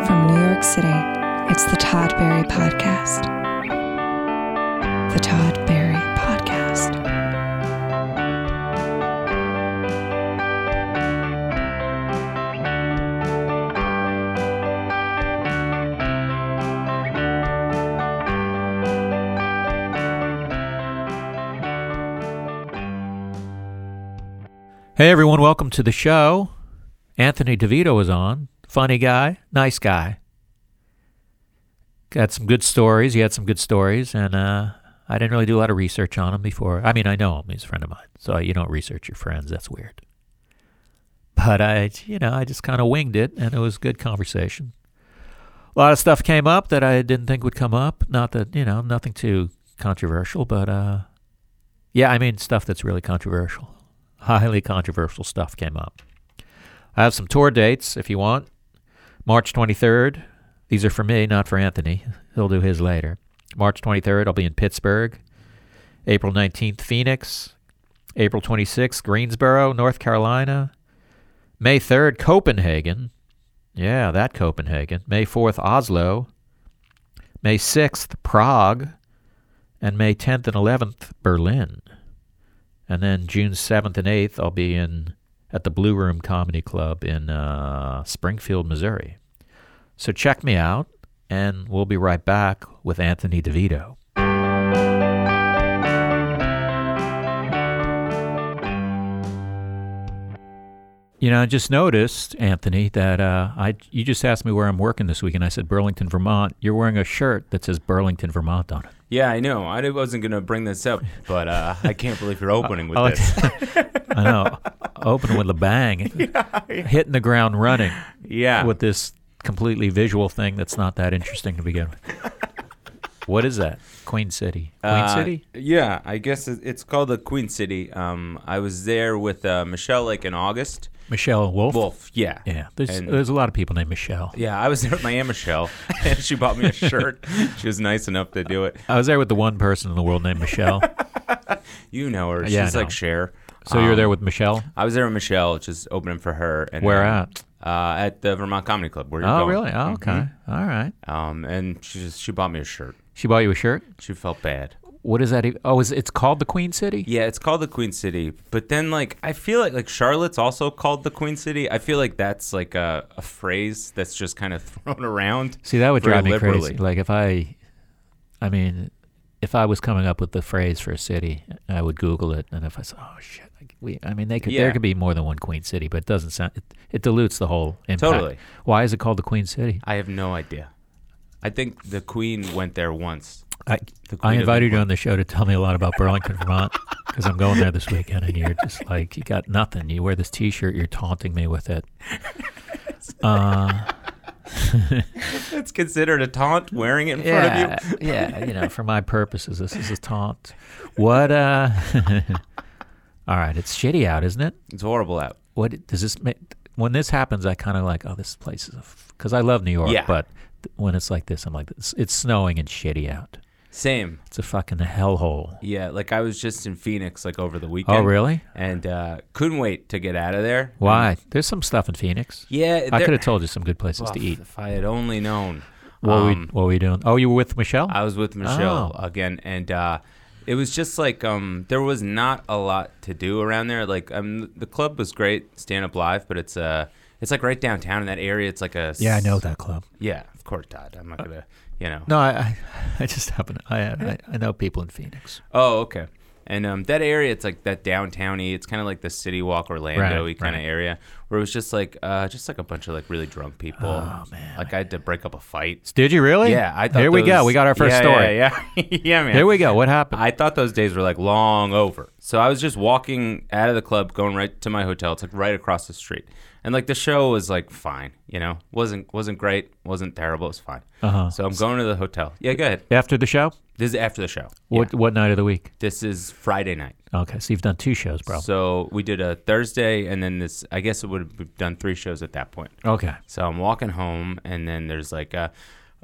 Six today. It's the Todd Berry Podcast. The Todd Berry Podcast. Hey everyone, welcome to the show. Anthony DeVito is on. Funny guy, nice guy. Got some good stories. He had some good stories, and uh, I didn't really do a lot of research on him before. I mean, I know him; he's a friend of mine. So you don't research your friends. That's weird. But I, you know, I just kind of winged it, and it was good conversation. A lot of stuff came up that I didn't think would come up. Not that you know, nothing too controversial, but uh, yeah, I mean, stuff that's really controversial highly controversial stuff came up. I have some tour dates if you want. March 23rd. These are for me, not for Anthony. He'll do his later. March 23rd, I'll be in Pittsburgh. April 19th, Phoenix. April 26th, Greensboro, North Carolina. May 3rd, Copenhagen. Yeah, that Copenhagen. May 4th, Oslo. May 6th, Prague. And May 10th and 11th, Berlin. And then June 7th and 8th, I'll be in at the Blue Room Comedy Club in uh, Springfield, Missouri. So check me out, and we'll be right back with Anthony DeVito. You know, I just noticed, Anthony, that uh, I you just asked me where I'm working this week, and I said Burlington, Vermont. You're wearing a shirt that says Burlington, Vermont on it. Yeah, I know. I wasn't gonna bring this up, but uh, I can't believe you're opening with I like- this. I know. Open with a bang, hitting the ground running Yeah, with this completely visual thing that's not that interesting to begin with. what is that? Queen City. Queen Uh, City? Yeah, I guess it- it's called the Queen City. Um, I was there with uh, Michelle like in August. Michelle Wolf? Wolf, yeah, Yeah. There's, uh, And- there's a lot of people named Michelle. yeah. I was there with my aunt Michelle, and she bought me a shirt. she was nice enough to do it. I was there with the one person in the world named Michelle. You know her. Yeah, I She's know. like Cher. So you were Um, there with Michelle? I was there with Michelle, just opening for her. And Where uh, at? Uh, at the Vermont Comedy Club. Where you're Oh, going. really? Oh, okay. All right. Um, and she just, she bought me a shirt. She bought you a shirt? She felt bad. What is that? Even? Oh, is it's called the Queen City? Yeah, it's called the Queen City, but then like I feel like like Charlotte's also called the Queen City. I feel like that's like a, a phrase that's just kind of thrown around. See, that would very drive me liberally. crazy. Like if I, I mean, if I was coming up with the phrase for a city, I would Google it, and if I said, "Oh shit," like, we, I mean, they could there Yeah. could be more than one Queen City, but it doesn't sound. It, it dilutes the whole impact. Totally. Why is it called the Queen City? I have no idea. I think the Queen went there once. I, The Queen I of invited you on the show to tell me a lot about Burlington, Vermont, because I'm going there this weekend, and you're just like, you got nothing. You wear this T-shirt, you're taunting me with it. It's considered a taunt wearing it in front of you. yeah, you know, for my purposes, this is a taunt. What? uh All right, it's shitty out, isn't it? It's horrible out. What does this make? When this happens, I kind of like, oh, this place is because I love New York, Yeah. but th- when it's like this, I'm like, it's, it's snowing and shitty out. Same. It's a fucking hellhole. Yeah, like I was just in Phoenix like over the weekend. Oh, really? And uh, couldn't wait to get out of there. Why? There's some stuff in Phoenix. Mm. Yeah, I there- could have told you some good places to Oh, eat. If I had only known. What, we, Um, what were you doing? Oh, you were with Michelle? I was with Michelle Oh. again, and uh, it was just like um, there was not a lot to do around there. Like um, the club was great, stand up live, but it's uh, it's like right downtown in that area. It's like a s- yeah, I know that club. Yeah, of course, Todd. I'm not gonna, you know. No, I, I, I just happen to, I, I, I know people in Phoenix. Oh, okay. And um, that area, it's like that downtowny. It's kind of like the City Walk Orlando-y Right, kind right. of area, where it was just like uh, just like a bunch of like really drunk people. Oh, man. Like I had to break up a fight. Did you really? Yeah, I thought Here we go. those- We got our first Yeah, story. Yeah, yeah, yeah, man. Here we go. What happened? I thought those days were like long over. So I was just walking out of the club, going right to my hotel. It's like right across the street, and like the show was like fine, you know, wasn't wasn't great, wasn't terrible, it was fine. Uh-huh. So I'm going to the hotel. Yeah, go ahead. After the show? This is after the show. What Yeah. what night of the week? This is Friday night. Okay, so you've done two shows, bro. So we did a Thursday, and then this. I guess it would have done three shows at that point. okay. So I'm walking home, and then there's like, uh,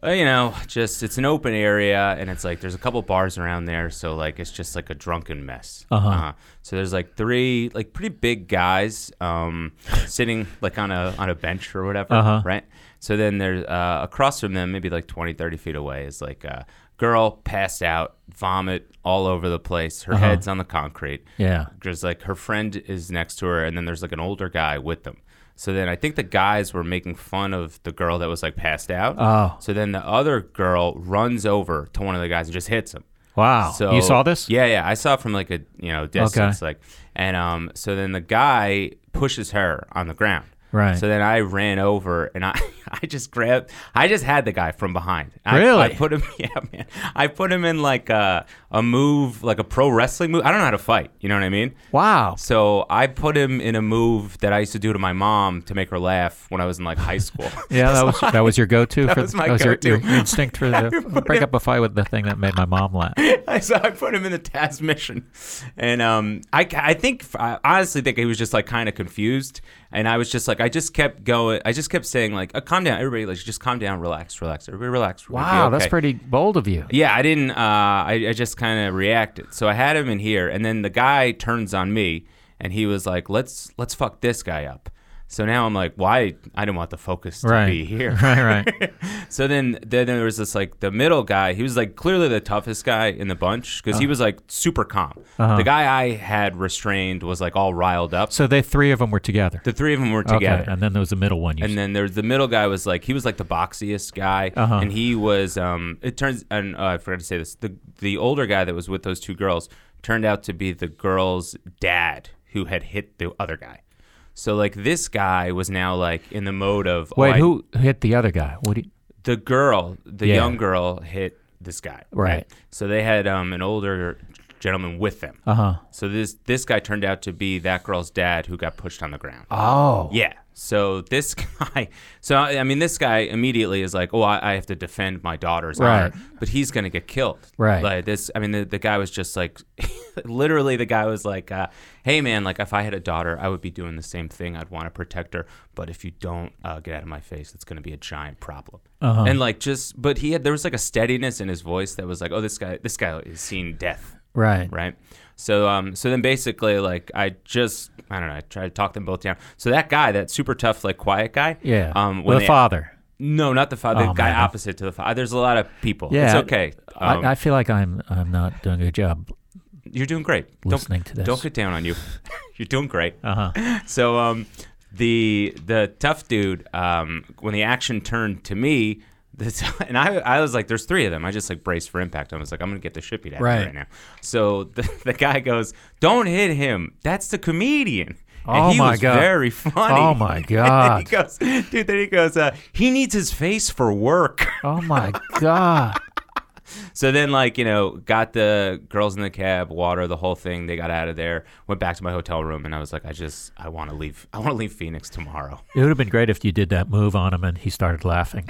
uh, you know, just it's an open area, and it's like there's a couple bars around there, so like it's just like a drunken mess. Uh-huh. So there's like three like pretty big guys um, sitting like on a on a bench or whatever, Uh-huh. right? So then there's uh, across from them, maybe like 20, 30 feet away, is like a girl passed out, vomit all over the place. Uh-huh. Her head's on the concrete. Yeah. There's like her friend is next to her, and then there's like an older guy with them. So then I think the guys were making fun of the girl that was like passed out. Oh. So then the other girl runs over to one of the guys and just hits him. Wow. So Oh. you saw this? Yeah, yeah. I saw it from like a you know distance, like, and um. So then the guy pushes her on the ground. Right. So then I ran over and I, I just grabbed. I just had the guy from behind. I, Really? I put him. Yeah, man. I put him in like a a move, like a pro wrestling move. I don't know how to fight. You know what I mean? Wow. So I put him in a move that I used to do to my mom to make her laugh when I was in like high school. Yeah, that was that was your go-to. That for, was my your- Your, go-to. instinct for the break up a fight with the thing that made my mom laugh. I so I put him in the task mission, and um, I I think I honestly think he was just like kind of confused, and I was just like I just kept going, I just kept saying like uh calm down, everybody, like just calm down, relax, relax, everybody, relax. we're gonna be Wow, that's okay." pretty bold of you. Yeah, I didn't. Uh, I, I just kind of reacted. So I had him in here, and then the guy turns on me, and he was like, "Let's let's fuck this guy up." So now I'm like, "Why? I didn't want the focus to Right. be here." Right, right. So then, then there was this like the middle guy. He was like clearly the toughest guy in the bunch because he Uh-huh. was like super calm. The guy I had restrained was like all riled up. So they three of them were together. The three of them were together. Okay, and then there was the middle one. You And said. then there's the middle guy was like he was like the boxiest guy, Uh-huh. and he was um it turns and uh, I forgot to say this the the older guy that was with those two girls turned out to be the girl's dad who had hit the other guy. So like this guy was now like in the mode of oh, Wait, I- who hit the other guy? What? Do you, the girl, the Yeah. young girl, hit this guy. Right. So they had um, an older gentleman with them. uh huh. So this this guy turned out to be that girl's dad who got pushed on the ground. Oh. Yeah. So this guy, so I I mean, this guy immediately is like, "Oh, I, I have to defend my daughter's Right. honor," but he's gonna get killed. Right. Like this. I mean, the, the guy was just like, literally, the guy was like, uh, "Hey, man, like if I had a daughter, I would be doing the same thing. I'd want to protect her, but if you don't uh, get out of my face, it's gonna be a giant problem." Uh-huh. And like just, but he had there was like a steadiness in his voice that was like, "Oh, this guy, this guy is seeing death." Right. right? So um, so then basically like I just I don't know I tried to talk them both down. So that guy, that super tough like quiet guy, Yeah. Um, Well, when the they- father. no, not the father, the Oh, guy man. opposite to the father. There's a lot of people. Yeah. it's okay. Um, I, I feel like I'm I'm not doing a good job you're doing great. Don't listening to this. don't get down on you. you're doing great. uh huh. So um, the the tough dude um, when the action turned to me. This, and I, I was like, there's three of them. I just like braced for impact. I was like, I'm gonna get the shit beat out of me Right. right now. So the, the guy goes, "Don't hit him. That's the comedian." And Oh he my was God. Very funny. Oh my And he god. goes, dude. Then he goes, uh, he needs his face for work. Oh my god. So then, like, you know, got the girls in the cab, water, the whole thing. They got out of there, went back to my hotel room, and I was like, I just, I want to leave. I want to leave Phoenix tomorrow. It would have been great if you did that move on him and he started laughing.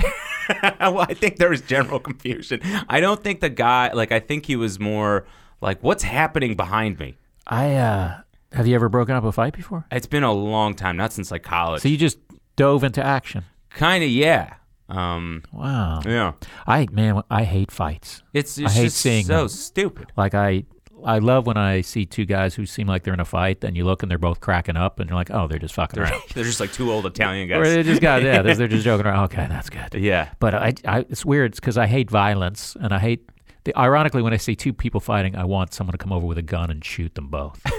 well, I think there was general confusion. I don't think the guy, like, I think he was more like, what's happening behind me? I uh have you ever broken up a fight before? It's been a long time, not since like college. So you just dove into action. kind of, yeah. Um, Wow. yeah. I man, I hate fights. It's, I it's hate just seeing so them. stupid. Like I I love when I see two guys who seem like they're in a fight and you look and they're both cracking up and you're like, "Oh, they're just fucking around." They're just like two old Italian Or they guys. just got yeah, they're, they're just joking around. Okay, that's good. Yeah. But I, I it's weird because I hate violence and I hate the, ironically when I see two people fighting, I want someone to come over with a gun and shoot them both.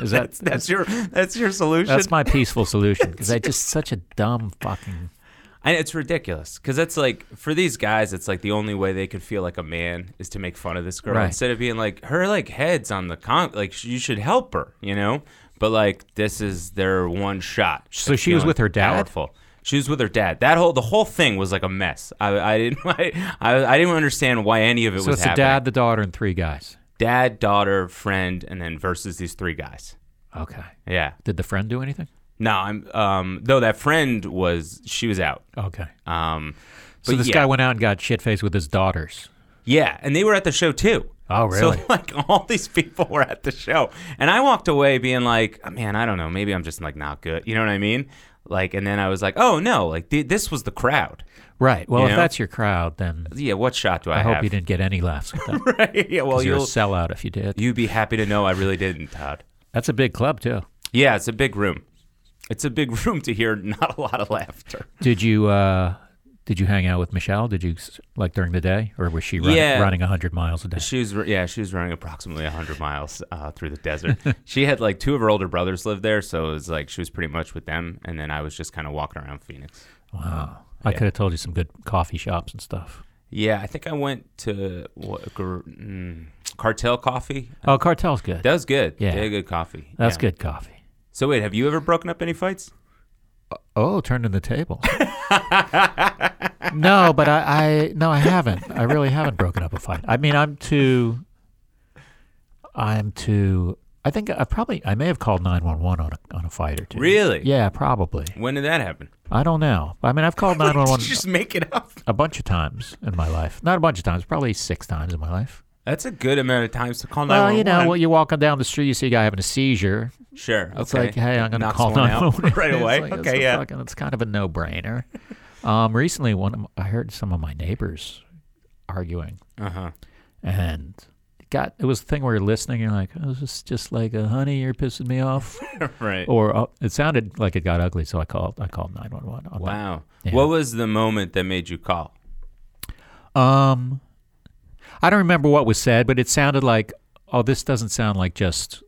Is that That's your that's your solution. that's my peaceful solution because I just such a dumb fucking And it's ridiculous because that's like for these guys, it's like the only way they could feel like a man is to make fun of this girl Right. instead of being like her like head's on the con like sh- you should help her, you know. But like this is their one shot. So she was with her dad? Powerful. She was with her dad. That whole the whole thing was like a mess. I, I didn't I, I, I didn't understand why any of it So was it's the happening. dad, the daughter, and three guys. dad, daughter, friend, and then versus these three guys. Okay. Yeah. Did the friend do anything? No, I'm um though that friend was she was out. Okay. Um, So but this yeah. guy went out and got shit faced with his daughters. Yeah, and they were at the show too. Oh, really? So like all these people were at the show, and I walked away being like, "Oh, man, I don't know. Maybe I'm just like not good. You know what I mean? Like, and then I was like, oh no, like th- this was the crowd. right. Well, you if know? that's your crowd, then Yeah, what shot do I, I, have? hope you didn't get any laughs with that. right? Yeah. Well, you're a you'll sellout if you did. you'd be happy to know I really didn't, Todd. That's a big club too. Yeah, it's a big room. It's a big room to hear not a lot of laughter. Did you uh, did you hang out with Michelle? Did you s- like during the day, or was she running, Yeah. running hundred miles a day? She was yeah, she was running approximately 100 miles uh, through the desert. she had like two of her older brothers lived there, so it was like she was pretty much with them, and then I was just kind of walking around Phoenix. Wow. I Yeah. could have told you some good coffee shops and stuff. Yeah, I think I went to what, gr- mm, Cartel Coffee. Oh, Cartel's good. That was good. Yeah. they had good coffee. That's Yeah. good coffee. So wait, have you ever broken up any fights? Oh, turning the table. no, but I, I no, I haven't. I really haven't broken up a fight. I mean, I'm too. I'm too. I think I probably I may have called nine one one on a on a fight or two. Really? Yeah, probably. When did that happen? I don't know. I mean, I've called nine one Did you one just make it up? a bunch of times in my life. Not a bunch of times, probably six times in my life. That's a good amount of times to call Well, 911. you know, well, you're walking down the street, you see a guy having a seizure. Sure. It's okay. like, hey, I'm going to Knocks call one out 911 right It's away. like, it's okay, a yeah. fucking- it's kind of a no-brainer. Um, recently, one of, m- I heard some of my neighbors arguing, Uh huh. and it got it was the thing where you're listening, you're like, oh, this is just like a honey, you're pissing me off, right. or oh, it sounded like it got ugly, so I called. I called nine one one. Wow. Yeah. What was the moment that made you call? Um, I don't remember what was said, but it sounded like, oh, this doesn't sound like just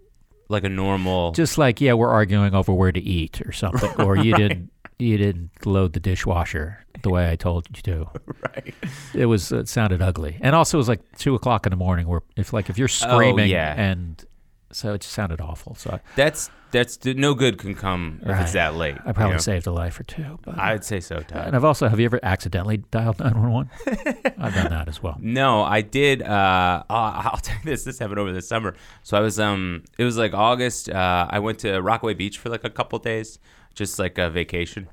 Like a normal. just like yeah we're arguing over where to eat or something or you didn't you didn't load the dishwasher the way i told you to right. it was it sounded ugly and also it was like two o'clock in the morning where if like if you're screaming Oh, yeah. and so it just sounded awful so i, That's that's no good can come if Right. it's that late. I probably you know? saved a life or two but I'd say so, Todd. and i've also have you ever accidentally dialed 911 i've done that as well No, I did. Uh, oh, I'll tell you this. This happened over the summer. So I was, um, it was like August. Uh, I went to Rockaway Beach for like a couple days, just like a vacation,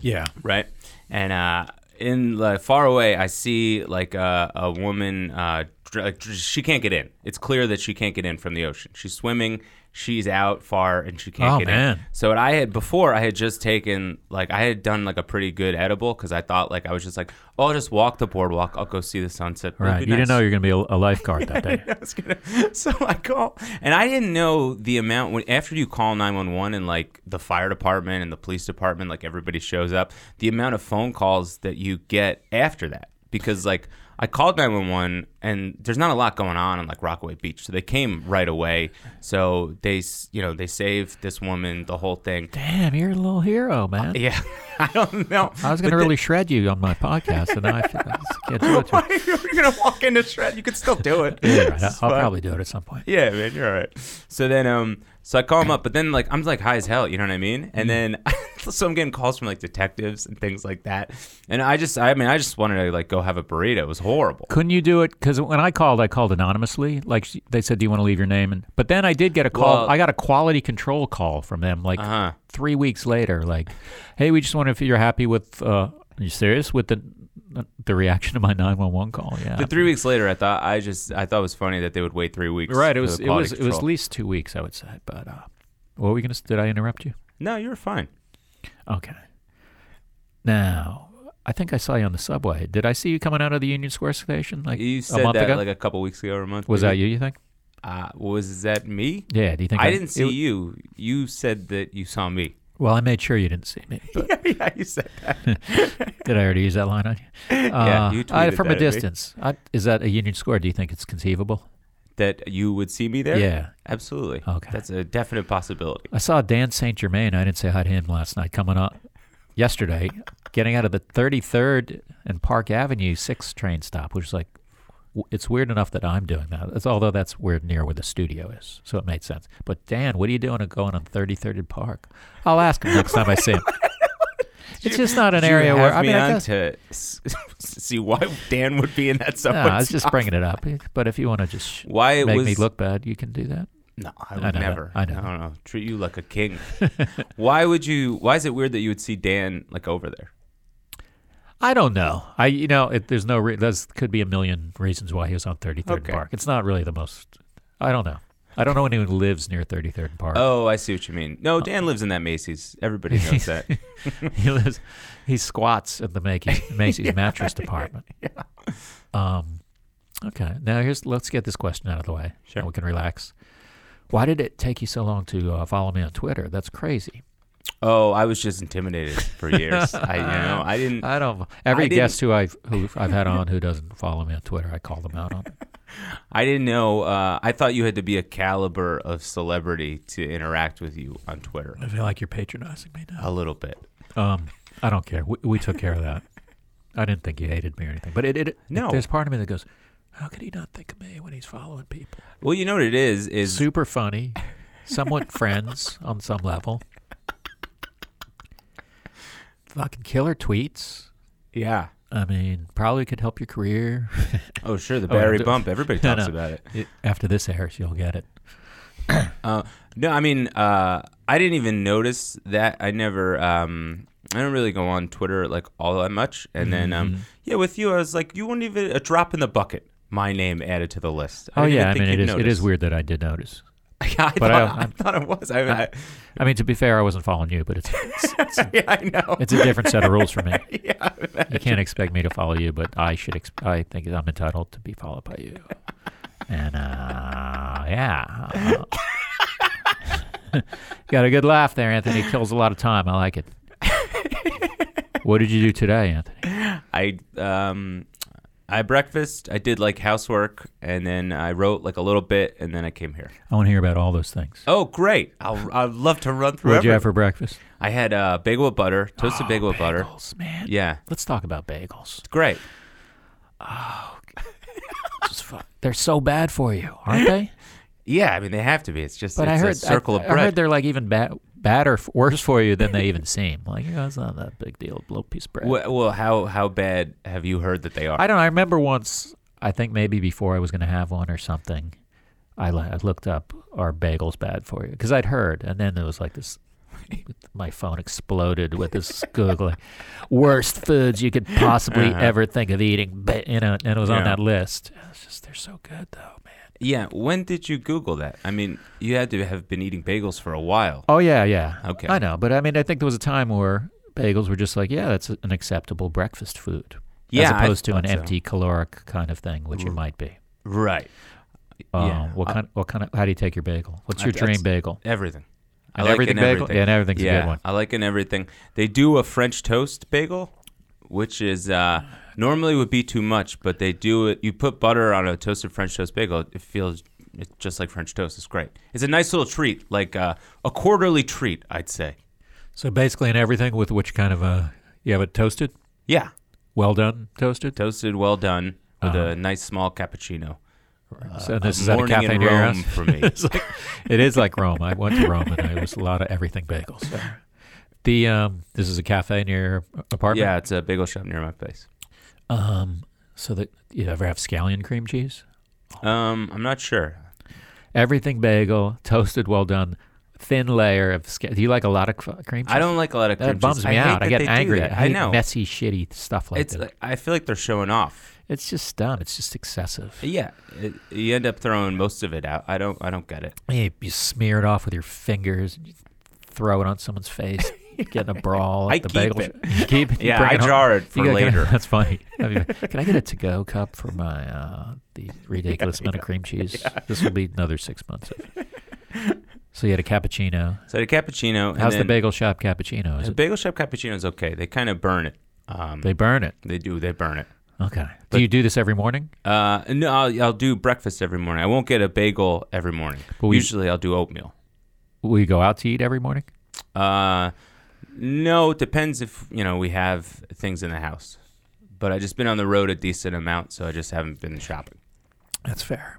yeah right? And uh, in like far away, I see like a, a woman. Uh, dr- like, dr- she can't get in. It's clear that she can't get in from the ocean. She's swimming. She's out far, and she can't Oh, get man. in. So what I had before, I had just taken like I had done like a pretty good edible because I thought like I was just like, oh, I'll just walk the boardwalk. I'll go see the sunset. It'll right be you didn't nice." know you were going to be a, a lifeguard that day I was gonna, so I call, and I didn't know the amount when after you call nine one one and like the fire department and the police department, like everybody shows up. The amount of phone calls that you get after that, because like I called nine one one and there's not a lot going on on like Rockaway Beach, so they came right away. So they, s- you know, they saved this woman, the whole thing. damn you're a little hero man Yeah, I don't know. I was going to really shred you on my podcast, and now I, feel I just can't do it. To you. You're gonna walk into shred. You could still do it. Yeah, right. I'll, It's I'll fine. probably do it at some point. Yeah, man, you're all right. So then, um, so I call him up, but then like I'm like high as hell, you know what I mean? Mm-hmm. And then, so I'm getting calls from like detectives and things like that. And I just, I mean, I just wanted to like go have a burrito. It was horrible. Couldn't you do it? Because when I called, I called anonymously. Like she- they said, "Do you want to leave your name?" And but then I did get a call. Well- I got a quality control call from them, like Uh-huh. three weeks later. Like, "Hey, we just wonder if you're happy with. Uh, are you serious with the the reaction to my nine one one call?" Yeah. But three weeks later, I thought I just, I thought it was funny that they would wait three weeks. right. It for was the it quality was it was at control. least two weeks, I would say. But uh, what were we gonna? s- Did I interrupt you? no, you were fine. Okay. Now, I think I saw you on the subway. Did I see you coming out of the Union Square station like You a said month that ago? like a couple weeks ago or a month. was that maybe. you? You think? Uh, was that me? Yeah. Do you think I didn't see it- you. You said that you saw me. Well, I made sure you didn't see me. But yeah, you said. did I already use that line on you? Yeah, Uh, you I, tweeted from that a at me. distance. I, is that a Union Square? Do you think it's conceivable? that you would see me there? Yeah. Absolutely. Okay. That's a definite possibility. I saw Dan St. Germain. I didn't say hi to him last night. Coming up yesterday, getting out of the 33rd and Park Avenue 6 train stop, which is like, w- it's weird enough that I'm doing that. It's, although that's where near where the studio is, so it made sense. But Dan, what are you doing going on 33rd and Park? I'll ask him next time I see him. It's just not an Did you area have where I me mean, I on guess, to s- see why Dan would be in that no, subway. I was just stop. bringing it up. But if you want to just sh- Why it make was me look bad, you can do that. No, I I would know that. never. I know I that. don't know. Treat you like a king. why would you? Why is it weird that you would see Dan like over there? I don't know. I you know it, there's no re- there's could be a million reasons why he was on 33rd and Okay. Park. It's not really the most. I don't know. I don't know anyone who lives near 33rd and Park. Oh, I see what you mean. No, Oh. Dan lives in that Macy's. Everybody knows that. he lives. He squats at the Macy's, Macy's mattress department. Um, okay. Now here's let's get this question out of the way. Sure. And we can relax. Why did it take you so long to uh, follow me on Twitter? That's crazy. Oh, I was just intimidated for years. I you know I didn't. Hmm. I don't. Every didn't- guest who I've who I've had on who doesn't follow me on Twitter, I call them out on. it. I didn't know. Uh, I thought you had to be a caliber of celebrity to interact with you on Twitter. I feel like you're patronizing me now. A little bit. Um, I don't care. We, we took care of that. I didn't think you hated me or anything, but it, it, it No. There's part of me that goes, "How could he not think of me when he's following people?" Well, you know what it is is super funny, somewhat friends on some level. Fucking killer tweets. yeah. I mean, probably could help your career. Oh, sure, the Oh, yeah, Barry d- bump. Everybody No, talks no. about it. After this airs, you'll get it. Uh, no, I mean, uh, I didn't even notice that. I never, um, I don't really go on Twitter like all that much. And then, Mm-hmm. um, yeah, with you, I was like, you wouldn't even a drop in the bucket. My name added to the list. Oh didn't yeah, I even mean it think is you'd it is notice. weird that I did notice. Yeah, I, But I- thought, I, I'm- thought it was. I, mean, I, I mean to be fair, I wasn't following you, but it's it's, yeah, I know. it's a different set of rules for me. yeah, You can't expect me to follow you, but I should. Ex- I think I'm entitled to be followed by you. And uh, yeah, got a good laugh there, Anthony. Kills a lot of time. I like it. what did you do today, Anthony? I um, I breakfast. I did like housework, and then I wrote like a little bit, and then I came here. I want to hear about all those things. Oh, great! I'll, I'd love to run through. What'd you have everything. for breakfast? I had uh, bagel with butter, toasted Oh, bagel with butter. Bagels, man. Yeah, Let's talk about bagels. great. Just fu- They're so bad for you, aren't they? Yeah, I mean they have to be. It's just But it's I heard a circle I, of I heard bread. they're like even bad, badder, f- worse for you than they even seem. Like, you know, it's not that big deal. Little piece of bread. well, well, how how bad have you heard that they are? I don't. know. I remember once. I think maybe before I was going to have one or something, I, li- I looked up are bagels bad for you because I'd heard, and then there was like this. My phone exploded with this googling, worst foods you could possibly Uh-huh. ever think of eating. But you know, and it was on Yeah. that list. It's just they're so good though, man. yeah, when did you Google that? I mean, you had to have been eating bagels for a while. Oh yeah, yeah. Okay. I know, but I mean, I think there was a time where bagels were just like, yeah, that's an acceptable breakfast food, Yeah, I as opposed to an thought so. empty caloric kind of thing, which it might be. Right. Uh, Yeah. What kind? What kind of? How do you take your bagel? What's I- your dream that's- bagel? Everything. An everything an bagel? Yeah, an everything's a good yeah, one. I like an everything. They do a French toast bagel, which is uh, normally would be too much, but they do it. You put butter on a toasted French toast bagel, it feels it's just like French toast. It's great. It's a nice little treat, like uh, a quarterly treat, I'd say. So basically, an everything with which kind of a you have it toasted, Yeah, well done toasted. toasted, well done, with Uh-huh. a nice small cappuccino. So this a is at a morning cafe in near Rome us. for me. It's like- it is like Rome. I went to Rome and there was a lot of everything bagels. there. The um, this is a cafe near your apartment. Yeah, it's a bagel shop near my place. Um, so that you ever have scallion cream cheese? Um, I'm not sure. Everything bagel, toasted, well done, thin layer of. Sca- do you like a lot of c- cream cheese? I don't like a lot of cream that bums cheese. me I hate out. I that get they do angry. that. I, I, hate know. messy, shitty stuff like it's. that. Like, I feel like they're showing off. It's just dumb. It's just excessive. Yeah, it, you end up throwing most of it out. I don't. I don't get it. You, you smear it off with your fingers and you throw it on someonene's face, getting a brawl. At I the keep bagel it. shop. You keep it. You Yeah, bring I it home. jar it for You gotta- later. that's funny. I mean, can I get a to-go cup for my uh, the ridiculous amount of cream cheese? This will be another six months. Of. so you had a cappuccino. So the cappuccino. and How's the then- bagel shop cappuccino? Is The it, bagel shop cappuccino is okay. They kind of burn it. Um, they they burn it. do. They burn it. Okay. But- do you do this every morning? Uh, no, I'll, I'll do breakfast every morning. I won't get a bagel every morning. But we- Usually, I'll do oatmeal. Will you go out to eat every morning? Uh, no, it depends if you know we have things in the house. But I just been on the road a decent amount, so I just haven't been shopping. That's fair.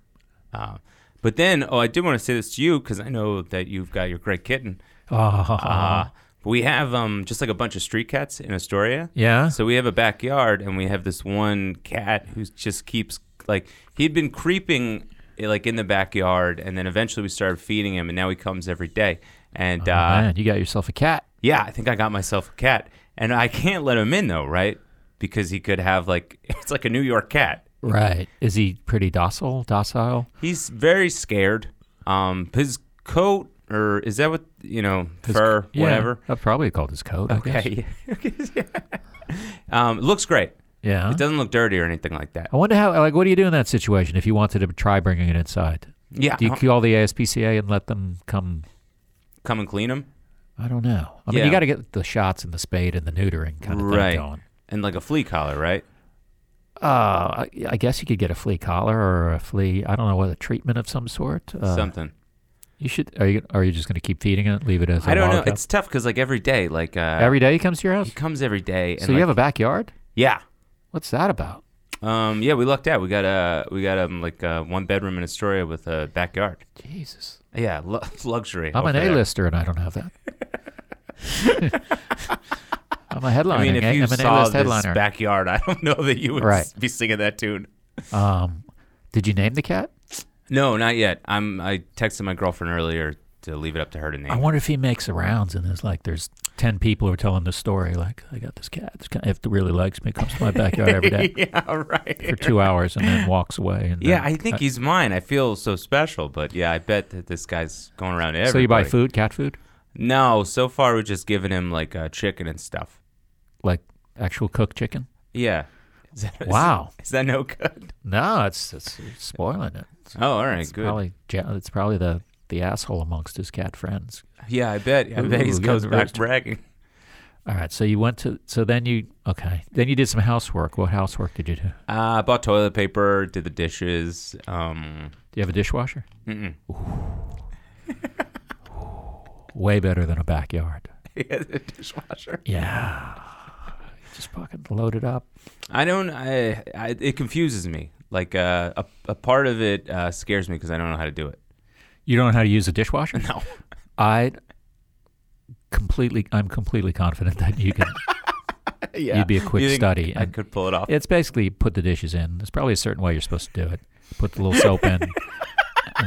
Uh, but then, oh, I did want to say this to you because I know that you've got your great kitten. Ah, Uh, but we have um, just like a bunch of street cats in Astoria. yeah. So we have a backyard, and we have this one cat who just keeps like he'd been creeping eh, like in the backyard, and then eventually we started feeding him, and now he comes every day. And Oh, uh, man, you got yourself a cat. yeah, I think I got myself a cat, and I can't let him in though, right? because he could have like it's like a New York cat. Right. Is he pretty docile? Docile? He's very scared. Um, his coat or is that what you know fur Yeah, whatever? I'd probably called his coat. I guess. Okay. um, it looks great. Yeah. It doesn't look dirty or anything like that. I wonder how. Like, what do you do in that situation if you wanted to try bringing it inside? Yeah. Do you uh, call the ASPCA and let them come? come and clean him I don't know. I mean, you Yeah. got to get the shots and the spade and the neutering kind of Right. thing going. and like a flea collar, right? Uh, I, I guess you could get a flea collar or a flea. I don't know what a treatment of some sort. Uh, Something. You should. Are you? Are you just going to keep feeding it? Leave it as. I I don't know. It's tough because like every day, like uh, every day he comes to your house. he comes every day. And So you have a backyard? yeah. What's that about? Um, yeah, we lucked out. We got a we got um like uh, one bedroom in Astoria with a backyard. Jesus. Yeah, lu- luxury. I'm an over there. A-lister and I don't have that. I'm a headliner. I mean, gang. if you I'm an saw A-list this headliner. backyard, I don't know that you would Right. s- be singing that tune. um, did you name the cat? No, not yet. I'm. I texted my girlfriend earlier to leave it up to her to name. I wonder if he makes the rounds and there's like there's ten people who are telling the story. Like I got this cat. This cat if it really likes me, comes to my backyard every day it. yeah, right. for two hours and then walks away. And Yeah, then- I think he's mine. I feel so special, but yeah, I bet that this guy's going around to everybody. so you buy food, cat food, No, so far we're just giving him like uh, chicken and stuff. like actual cooked chicken. Yeah. Is that, is- Wow. Is, that no good? No, it's, it's, it's spoiling it. It's Oh, all right, good. probably ja- it's probably the the asshole amongst his cat friends. Yeah, I bet. I bet Ooh, he goes getting back roasted. bragging. All right, so you went to so then you okay then you did some housework. What housework did you do? Uh, I bought toilet paper, did the dishes. Um, Do you have a dishwasher? mm-mm. Way better than a backyard. Yeah, the dishwasher. Yeah, just fucking load it up. I don't. I, I. It confuses me. Like uh, a a part of it uh, scares me because I don't know how to do it. You don't know how to use a dishwasher? No. I completely I'm completely confident that you can. yeah. You'd be a quick You think study I and- could pull it off. it's basically put the dishes in. There's probably a certain way you're supposed to do it. Put the little soap in, and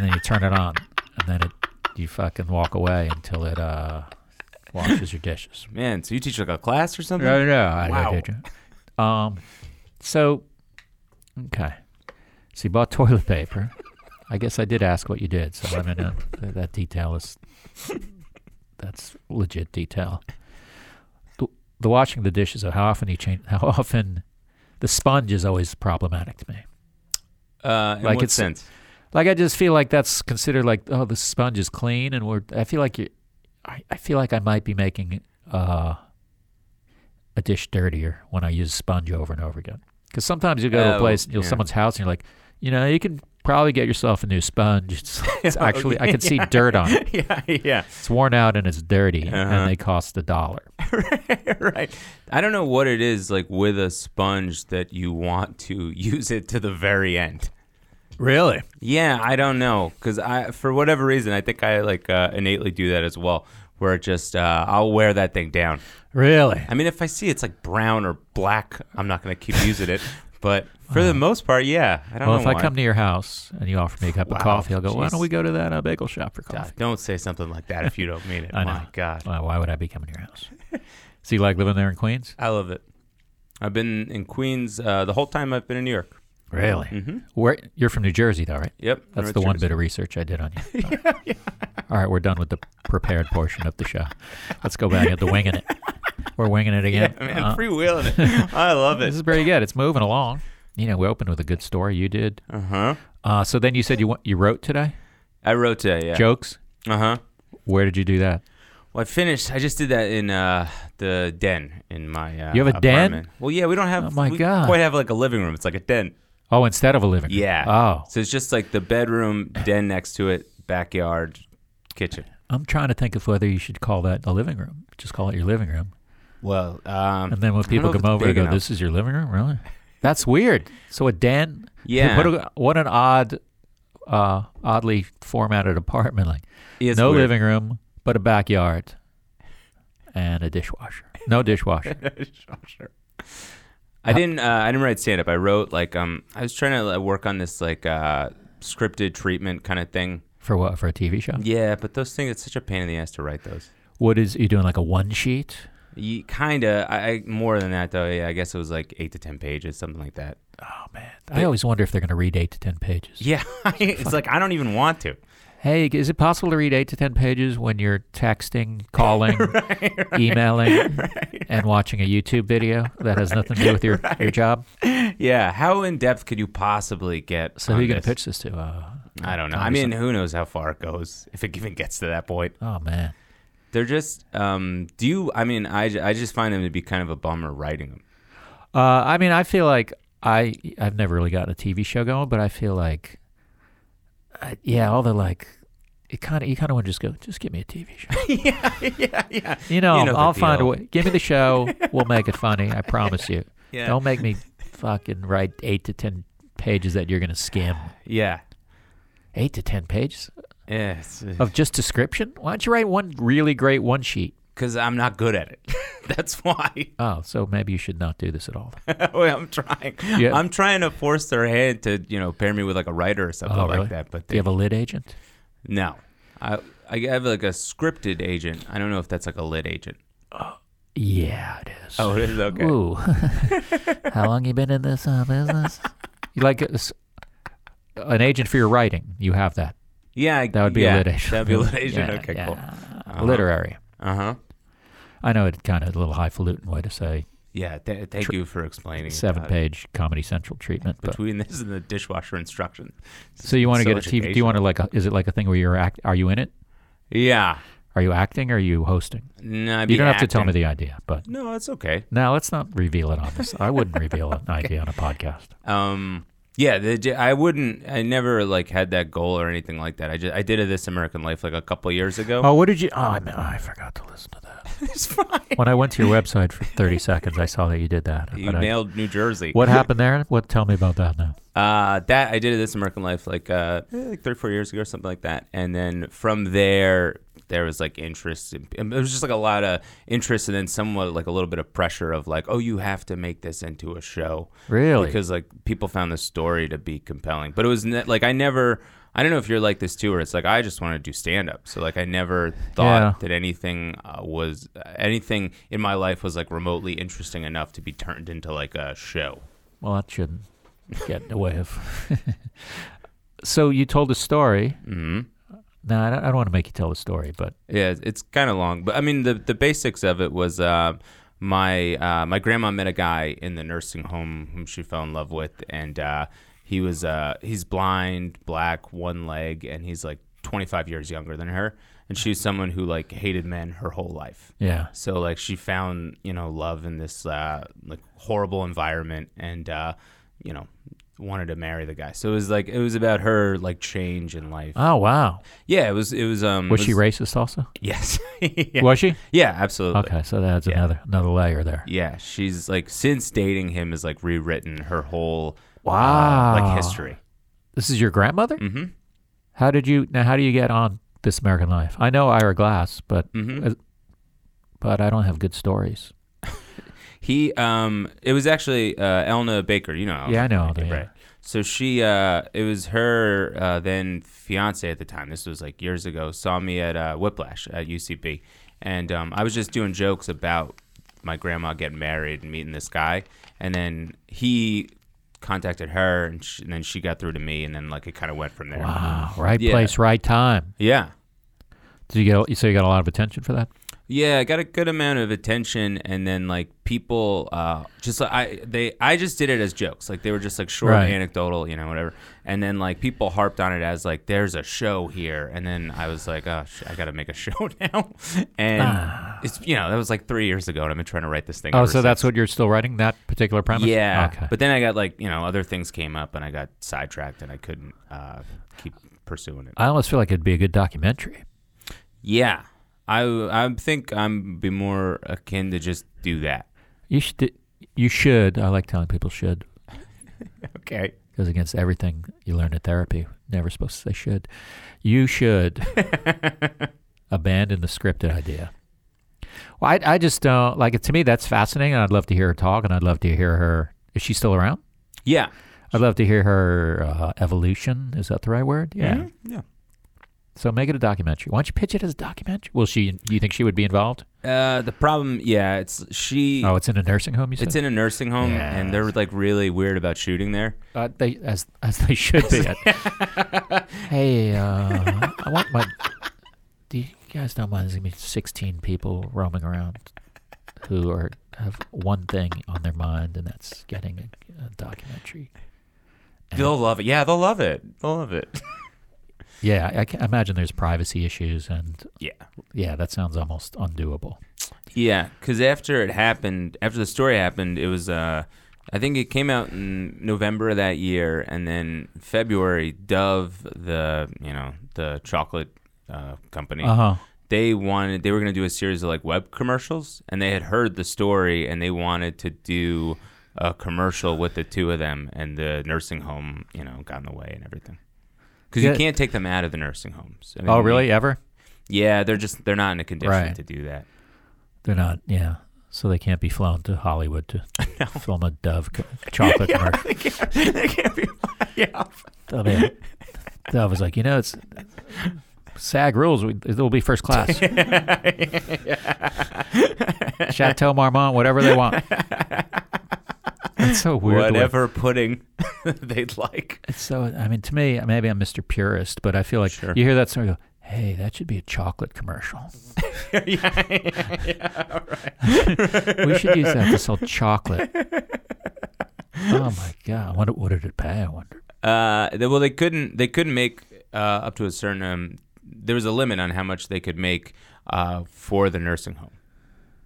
then you turn it on, and then it you fucking walk away until it uh, washes your dishes. Man, so you teach like a class or something? yeah. Wow. Um, so, okay. So you bought toilet paper. I guess I did ask what you did. So I mean, uh, th- that detail is that's legit detail. The, the washing the dishes. How often you change? How often? The sponge is always problematic to me. Uh, in Like what it's- sense? Like I just feel like that's considered like oh the sponge is clean and we're I feel like you I, I feel like I might be making uh, a dish dirtier when I use sponge over and over again because sometimes you go to a Oh, place you know yeah. someone's house and you're like you know you can probably get yourself a new sponge it's, it's actually I can see dirt on it Oh, yeah, yeah, it's worn out and it's dirty Uh-huh. and they cost a dollar right. I don't know what it is like with a sponge that you want to use it to the very end. really Yeah, I don't know, cause I for whatever reason I think I like uh, innately do that as well, where it just uh, I'll wear that thing down. really I mean, if I see it's like brown or black, I'm not gonna keep using it. But for the most part, yeah, I don't well know if I why. come to your house and you offer me a cup Wow, of coffee I'll go why jeez. don't we go to that uh, bagel shop for God, coffee don't say something like that if you don't mean it. I know. My God, Why, why would I be coming to your house? So you like living there in Queens? I love it. I've been in Queens uh, the whole time I've been in New York. Really? Where you're from New Jersey, though, right? Yep, That's North the one Mm-hmm. Jersey. bit of research I did on you. All right. All right, we're done with the prepared portion of the show. Let's go back into winging it. We're winging it again. Yeah, man, Uh, freewheeling it. I love this it. is pretty good. It's moving along. You know, we opened with a good story. You did. Uh huh. Uh, so then you said you wa- you wrote today I wrote today. Yeah. jokes. Uh huh. Where did you do that? Well, I finished. I just did that in uh, the den in my. Uh, You have a den? apartment. Well, yeah, we don't have. Oh, my we God. Quite have like a living room. It's like a den. Oh, instead of a living room. Yeah. Oh, So it's just like the bedroom, den next to it, backyard, kitchen. I'm trying to think of whether you should call that a living room. Just call it your living room. Well, um, And then when I don't know people if come it's over, they big go, enough. "This is your living room, really?" That's weird. So a den, Yeah. What, a, what an odd, uh, oddly formatted apartment. Like It's no weird. living room, but a backyard and a dishwasher. No dishwasher. I didn't. Uh, I didn't write stand up. I wrote like um. I was trying to like, work on this like uh scripted treatment kind of thing. for what? For a TV show? Yeah, but those things. It's such a pain in the ass to write those. What is you doing? Like a one sheet? Ye- kinda. I, I more than that though. Yeah, I guess it was like eight to ten pages, something like that. Oh man, I always wonder if they're going to read eight to ten pages. Yeah, it's like I don't even want to. Hey, is it possible to read eight to ten pages when you're texting, calling, emailing, and watching a YouTube video that has nothing to do with your, your job? Yeah, how in depth could you possibly get? So who are you on going to this? pitch this to? Uh, I don't know. Tom I or mean, something? who knows how far it goes if it even gets to that point. oh man, They're just. Um, do you? I mean, I, j- I just find them to be kind of a bummer writing them. uh, I mean, I feel like I I've never really gotten a TV show going, but I feel like, I, yeah, all the like, it kind of you kind of want to just go, just give me a TV show. yeah, yeah. You know, You know the I'll find a deal. way. Give me the show. we'll make it funny. I promise you. Yeah. Don't make me fucking write eight to ten pages that you're going to skim. Yeah. Eight to ten pages Yes. of just description? Why don't you write one really great one sheet? Because I'm not good at it. That's why. Oh, so maybe you should not do this at all. Well, I'm trying. Yeah. I'm trying to force their hand to, you know, pair me with like a writer or something Oh, like really? that. But Do you have a lid agent? no, I I have like a scripted agent. I don't know if that's like a lit agent. Yeah, it is. Oh, it is okay. Ooh. How long you been in this uh, business? You like a s an agent for your writing? You have that. Yeah, I- That would be yeah, a lit agent. That would be a lit agent. Yeah, okay, yeah. cool. Uh-huh. Literary. Uh huh. I know it's kind of a little highfalutin way to say Yeah. Th- thank Tr- you for explaining. seven about it. page Comedy Central treatment. But Between this and the dishwasher instructions. so you want to so get a TV? Do you want to like? A, is it like a thing where you're act? Are you in it? Yeah. Are you acting? Or are you hosting? No, You don't have to tell me the idea, but No, it's okay. no, let's not reveal it on this. I wouldn't reveal an idea on a podcast. Um, yeah, the, j- I wouldn't. I never like had that goal or anything like that. I just I did a This American Life like a couple years ago. Oh, what did you? Oh, I, mean, I forgot to listen to that. it's fine. When I went to your website for thirty seconds, I saw that you did that. You but I- nailed New Jersey. what happened there? What? Tell me about that now. Uh, that I did a This American Life like uh eh, like three four years ago or something like that. And then from there, there was like interest. In, it was just like a lot of interest, and then somewhat like a little bit of pressure of like, oh, you have to make this into a show. Really? because like people found the story to be compelling but it was ne- like i never i don't know if you're like this too where it's like i just want to do stand up so like i never thought Yeah. that anything uh, was anything in my life was like remotely interesting enough to be turned into like a show well, that shouldn't get in the way of. so you told a story. hmm No, I don't, I don't want to make you tell the story, but yeah it's kind of long but i mean the the basics of it was uh my uh, my grandma met a guy in the nursing home whom she fell in love with, and uh, he was uh, he's blind, black, one leg, and he's like 25 years younger than her. And she's someone who like hated men her whole life. yeah. So like she found you know love in this uh, like horrible environment, and uh, you know wanted to marry the guy. So it was like it was about her like change in life. Oh wow. yeah, it was it was um Was it she racist also? Yes. yeah. Was she? yeah, absolutely. Okay, so that's Yeah. another another layer there. Yeah, she's like since dating him has like rewritten her whole uh, Wow. like history. This is your grandmother? hmm How did you now how do you get on this American life? I know Ira Glass, but Mhm. uh, but I don't have good stories. He um it was actually uh Elna Baker, you know. Elna Yeah, I know Baker, Elna, yeah. Right. So she uh it was her uh then fiance at the time. This was like years ago. Saw me at uh Whiplash at UCB. And um I was just doing jokes about my grandma getting married and meeting this guy and then he contacted her and, sh and then she got through to me and then like it kind of went from there. Wow, Ah, right Yeah. place, right time. Yeah. Did you get a- so you got a lot of attention for that? Yeah, I got a good amount of attention, and then like people, uh, just like I they I just did it as jokes, like they were just like short Right. anecdotal, you know, whatever. And then like people harped on it as like there's a show here, and then I was like, oh, sh- I got to make a show now, and it's you know that was like three years ago, and I've been trying to write this thing. Ah. Oh, ever so that's since. what you're still writing that particular premise? Yeah, Okay. but then I got like you know other things came up, and I got sidetracked, and I couldn't uh, keep pursuing it. I almost feel like it'd be a good documentary. yeah, I I think I'm be more akin to just do that. You should you should, I like telling people should Okay. goes against everything you learn in therapy. Never supposed to say should. You should abandon the scripted idea. Well, I, I just don't like it. To me, that's fascinating. and I'd love to hear her talk, and I'd love to hear her. Is she still around? Yeah. Mm-hmm. I'd love to hear her uh, evolution. Is that the right word? Yeah. Yeah. So make it a documentary. Why don't you pitch it as a documentary? Will she? Do you think she would be involved? Uh, the problem, yeah, it's she. Oh, it's in a nursing home. You said It's in a nursing home, and they're Yes. like really weird about shooting there. uh, they as as they should be. hey, uh, I want my. Do you guys know mind? There's gonna be 16 people roaming around who are have one thing on their mind, and that's getting a, a documentary. They'll love it. Yeah, they'll love it. They'll love it. Yeah, I, I can imagine there's privacy issues, and yeah. yeah, that sounds almost undoable. Yeah, because after it happened, after the story happened, it was. Uh, I think it came out in November of that year, and then February, Dove, the you know the chocolate uh, company, Uh huh. they wanted they were going to do a series of like web commercials, and they had heard the story, and they wanted to do a commercial with the two of them, and the nursing home, you know, got in the way and everything. Because Yeah. you can't take them out of the nursing homes. I Oh, mean, really? Ever? Yeah, they're just they're not in a condition Right. to do that. They're not. Yeah. So they can't be flown to Hollywood to film a Dove co- chocolate commercial. they can't, they can't be. Yeah. Oh, man. Dove was like, you know, it's SAG rules. We, it'll be first class. Chateau Marmont, whatever they want. It's so weird. the way- Whatever pudding they'd like. It's so. I mean, to me, maybe I'm Mr. Purist, but I feel like Sure. you hear that story. You go, hey, that should be a chocolate commercial. yeah, yeah, We should use that to sell chocolate. oh my god! I wonder what did it pay? I wonder. Uh, they- well, they couldn't. They couldn't make uh, up to a certain. Um, there was a limit on how much they could make uh, for the nursing home.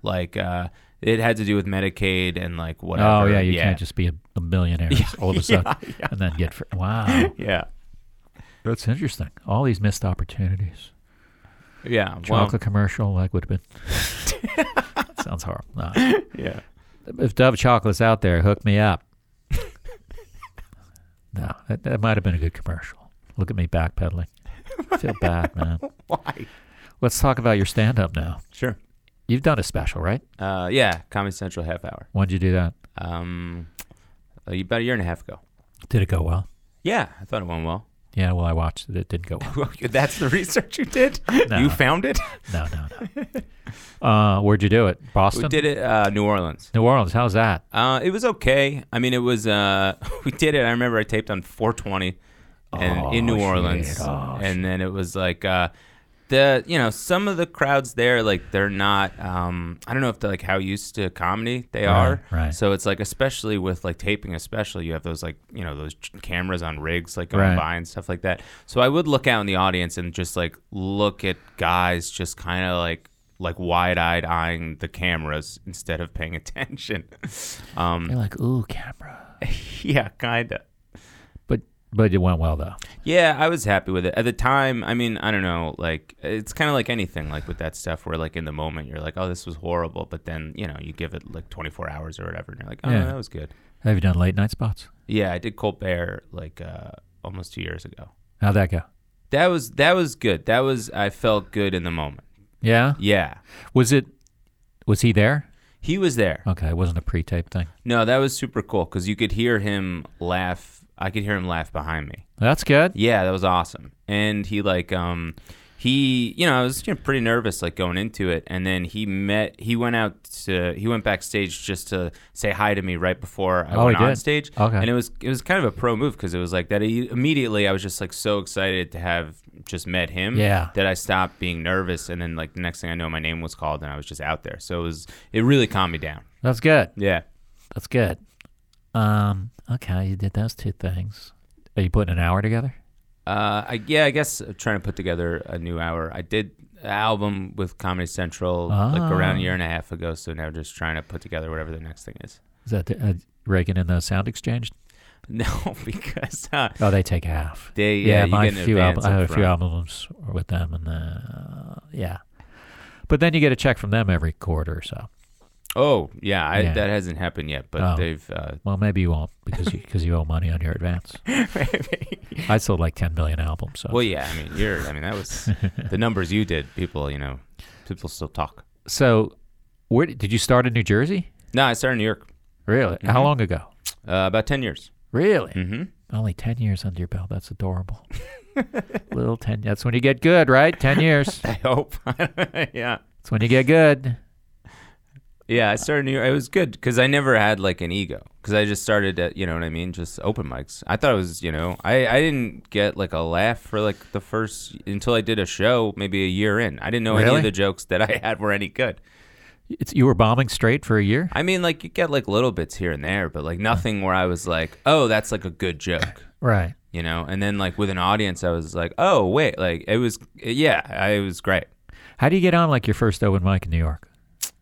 Like uh, it had to do with Medicaid and like whatever. oh yeah, you can't just be a, a millionaire all of a sudden yeah. and then get fr- wow. Yeah. That's interesting. All these missed opportunities. Yeah. Chocolate commercial, like would have been. Sounds horrible. No. Well, yeah. If Dove Chocolate's out there, hook me up. no, that, that might have been a good commercial. Look at me backpedaling. I feel bad, man. Why? Let's talk about your stand up now. Sure. You've done a special, right? Uh, yeah. Comedy Central half hour. When'd you do that? Um, about a year and a half ago. Did it go well? Yeah, I thought it went well. Yeah, well, I watched it. It didn't go well. That's the research you did. No. You found it. No, no, no. Uh, where'd you do it? Boston? We did it uh, New Orleans. New Orleans. How's that? Uh, it was okay. I mean, it was. Uh, we did it. I remember I taped on 420, and Oh, in New shit. Orleans, Oh, and then it was like uh, the you know some of the crowds there like they're not. Um, I don't know if they're like how used to comedy they Right, are. right. So it's like especially with like taping, especially you have those like you know those ch- cameras on rigs like going Right. by and stuff like that. So I would look out in the audience and just like look at guys just kind of like. Like wide-eyed eyeing the cameras instead of paying attention. Um, You're like, ooh, camera. yeah, kinda. But but it went well though. Yeah, I was happy with it at the time. I mean, I don't know. Like, it's kind of like anything, like with that stuff, where like in the moment you're like, "Oh, this was horrible," but then you know you give it like 24 hours or whatever, and you're like, "Oh, Yeah. that was good." Have you done late night spots? Yeah, I did Colbert like uh, almost two years ago. How'd that go? That was that was good. That was I felt good in the moment. Yeah. Yeah, Was it? Was he there? he was there. Okay, it wasn't a pre-tape thing. No, that was super cool because you could hear him laugh. I could hear him laugh behind me. That's good. Yeah, that was awesome. And he like um he you know, I was you know, pretty nervous like going into it and then he met he went out to he went backstage just to say hi to me right before I Oh, went he on did? stage. Okay. And it was it was kind of a pro move cuz it was like that he, immediately I was just like so excited to have just met him Yeah. that I stopped being nervous and then like the next thing I know my name was called and I was just out there. So it was it really calmed me down. That's good. Yeah. That's good. Um. Okay, you did those two things. Are you putting an hour together? Uh, I, yeah, I guess uh, trying to put together a new hour. I did an album with Comedy Central like Ah. around a year and a half ago, so now just trying to put together whatever the next thing is. Is that the, uh, Reagan and the Sound Exchange? No, because uh, Oh, they take half. they yeah, you my get an few advance I up have a few front. albums with them, and uh, yeah. But then you get a check from them every quarter or so. Oh yeah, I, Yeah. that hasn't happened yet, but Oh. they've uh, Well, maybe you won't because you, cause you owe money on your advance. I sold like 10 million albums. So. well yeah. I mean, you're I mean that was the numbers you did. People, you know, people still talk. so where did you start in New Jersey? No, I started in New York Really? How long ago? uh, about ten years. Really? hmm Only 10 years under your belt. That's adorable. Little ten. That's when you get good, right? Ten years. I hope. yeah. That's when you get good. Yeah, I started New York. It was good because I never had like an ego because I just started at you know what I mean, just open mics. I thought it was you know I I didn't get like a laugh for like the first until I did a show maybe a year in. I didn't know any Really? of the jokes that I had were any good. It's, you were bombing straight for a year. I mean, like you get like little bits here and there, but like nothing where I was like, oh, that's like a good joke, Right. you know. And then like with an audience, I was like, oh wait, like it was yeah, I, it was great. How do you get on like your first open mic in New York?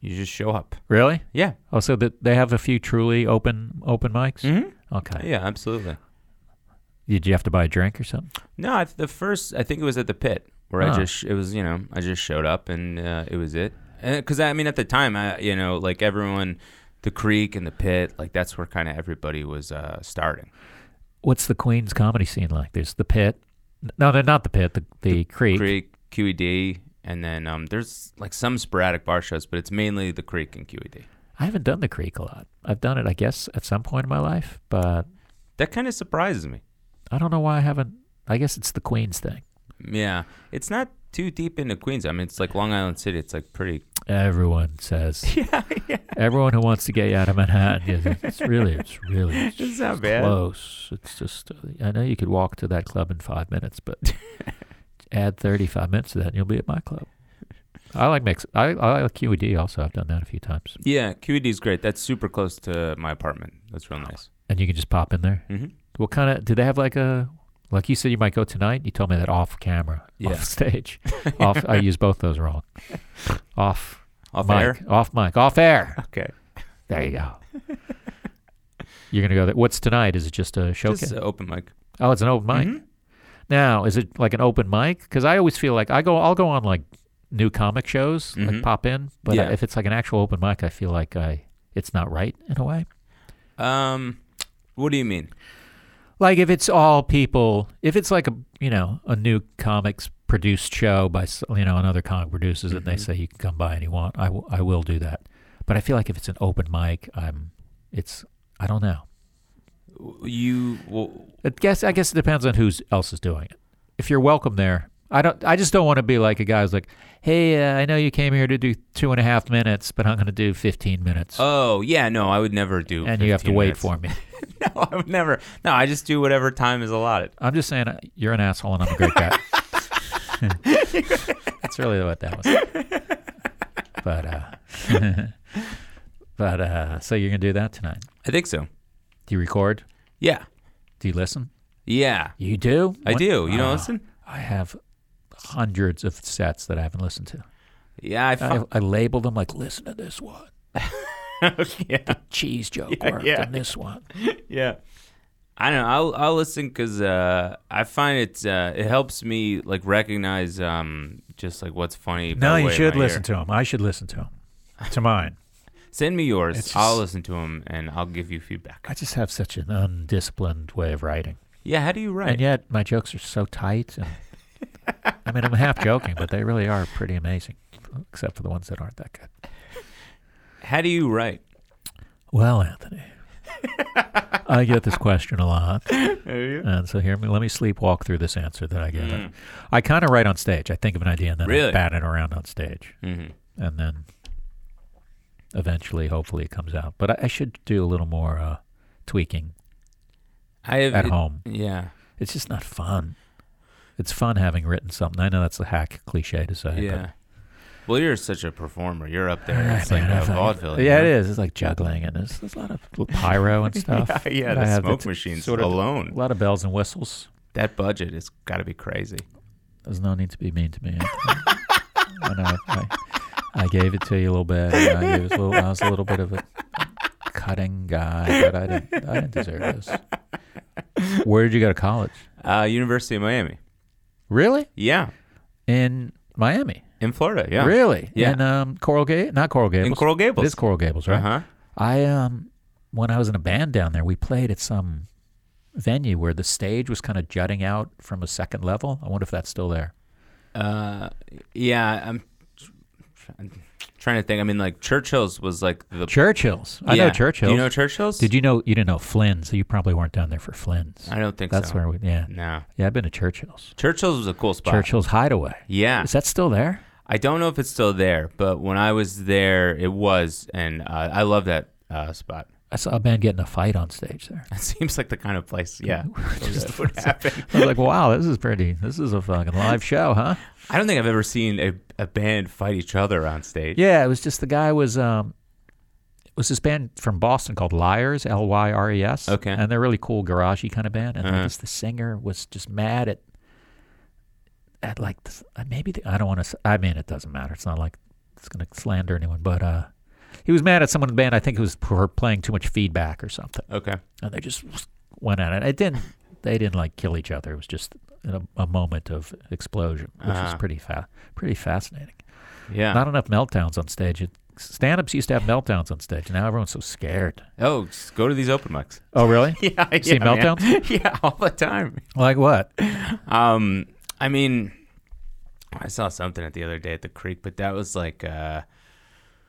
You just show up. Really? Yeah, Oh, so that they have a few truly open open mics. Mm-hmm. Okay. yeah, absolutely. Did you have to buy a drink or something? No, I, the first I think it was at the pit where Huh. I just it was you know I just showed up and uh, it was it because I mean at the time I you know like everyone the creek and the pit like that's where kind of everybody was uh, starting. What's the Queens comedy scene like? There's the Pit. No, they're not the Pit. The, the, Creek. Creek, QED, and then um, there's like some sporadic bar shows, but it's mainly the Creek and E QED. I haven't done the Creek a lot. I've done it, I guess, at some point in my life, but That kind of surprises me. I don't know why I haven't. I guess it's the Queens thing. Yeah, it's not too deep into Queens. I mean, it's like Long Island City. It's like pretty. Everyone says. Yeah, yeah. Everyone who wants to get you out of Manhattan, is- it's really, it's really it's It's not close. It's just, uh, I know you could walk to that club in five minutes, but add 35 minutes to that and you'll be at my club. I like mix. I, I like QED also. I've done that a few times. Yeah, QED is great. That's super close to my apartment. That's real nice. And you can just pop in there. Mhm. What kind of, do they have like a, like you said you might go tonight? You told me that off camera, Yeah. off stage. off, I use both those wrong. Off, Off mic, air. Off mic, off air. Okay. There you go. You're gonna go there. What's tonight? Is it just a showcase? Just uh, mm-hmm. open mic. oh, it's an open mic. Now, is it like an open mic? Because I always feel like I go, I'll go on like new comic shows, like Mhm. pop in. But Yeah. if it's like an actual open mic, I feel like I it's not right in a way. Mm-hmm. Um, what do you mean? Like if it's all people, if it's like a you know a new comics produced show by s- you know another comic produces it, and they Mhm. say you can come by and you want, I will- I will do that. But I feel like if it's an open mic, I'm it's I don't know. W- You well, I guess I guess it depends on who else is doing it. If you're welcome there, I don't. I just don't want to be like a guy who's like, "Hey, uh, I know you came here to do two and a half minutes, but I'm going to do 15 minutes, oh yeah, no, I would never do. and you have to 15 wait minutes. for me." no, I would never. No, I just do whatever time is allotted. I'm just saying, uh, you're an asshole, and I'm a great guy. That's really what that was. But uh, but uh, so you're going to do that tonight? I think so. Do you record? Yeah, Do you listen? yeah, You do? I What- do. You Ah, don't listen? I have hundreds of sets that I haven't listened to. Yeah, I. I, Fu- I label them like, listen to this one. yeah, Cheese joke Yeah, worked yeah. on this one. yeah. I don't know. I'll I'll listen because uh, I find it's uh, it helps me like recognize um just like what's funny. No, you should listen to him. I should listen to him. To mine. Send me yours. It's I'll just- listen to them and I'll give you feedback. I just have such an undisciplined way of writing. Yeah, how do you write? And yet my jokes are so tight. And, I mean, I'm half joking, but they really are pretty amazing, except for the ones that aren't that good. How do you write? Well, Anthony, I get this question a lot. And so here, let me sleepwalk through this answer that I give. Mm-hmm. it. I kind of write on stage. I think of an idea and then I Mm. Really? bat it around on stage. Mm-hmm. and then eventually, hopefully, it comes out. But I, I should do a little more uh, tweaking I have at it- home. Yeah, It's just not fun. It's fun having written something. I know that's a hack cliche to say. yeah. Well, you're such a performer. You're up But, there. It's like Man, I a thought- vaudeville. Yeah, it is. It's like juggling, and there's, there's a lot of little pyro and stuff. Yeah, yeah, And the I have smoke t- machines sort of- alone. A lot of bells and whistles. That budget has got to be crazy. There's no need to be mean to me. Anthony. I know. I, I gave it to you a little bit. You know, I, was a little, I was a little bit of a cutting guy, but I didn't. I didn't deserve this. Where did you go to college? Uh, University of Miami. Really? Yeah, In Miami? in Florida. Yeah, Really? Yeah. In um, Coral Gables? Not Coral Gables. in Coral Gables. It is Coral Gables, right? Uh huh. I um, when I was in a band down there, we played at some venue where the stage was kind of jutting out from a second level. I wonder if that's still there. Uh, yeah, I'm. tr- tr- trying to think. I mean, like Churchill's was like the. Churchill's. I Yeah. know Churchill's. Do you know Churchill's? Did you know you didn't know Flynn's? So you probably weren't down there for Flynn's. I don't think That's so. where we. Yeah. No. Yeah, I've been to Churchill's. Churchill's was a cool spot. Churchill's Hideaway. Yeah. Is that still there? I don't know if it's still there, but when I was there, it was, and uh, I love that uh, spot. I saw a man getting a fight on stage there. That seems like the kind of place. Yeah. Just- would happen. I was like, wow, this is pretty. This is a fucking live show, huh? I don't think I've ever seen a, a band fight each other on stage. Yeah, it was just the guy was um it was this band from Boston called Liars, L Y R E S. Okay. And they're really cool garagey kind of band. And I Uh-huh. guess the singer was just mad at at like this, uh, maybe the, I don't want to. I mean, it doesn't matter. It's not like it's going to slander anyone. But uh he was mad at someone in the band. I think it was for playing too much feedback or something. Okay. And they just went at it. It didn't. They didn't like kill each other. It was just a, a moment of explosion, which was Uh-huh. pretty fa- pretty fascinating Yeah. not enough meltdowns on stage. It- Stand-ups used to have meltdowns on stage. Now everyone's so scared. oh, just go to these open mics. Oh, really? Yeah. See yeah, man. meltdowns? yeah, all the time. like what? Um, I mean, I saw something at the other day at the creek, but that was like, uh,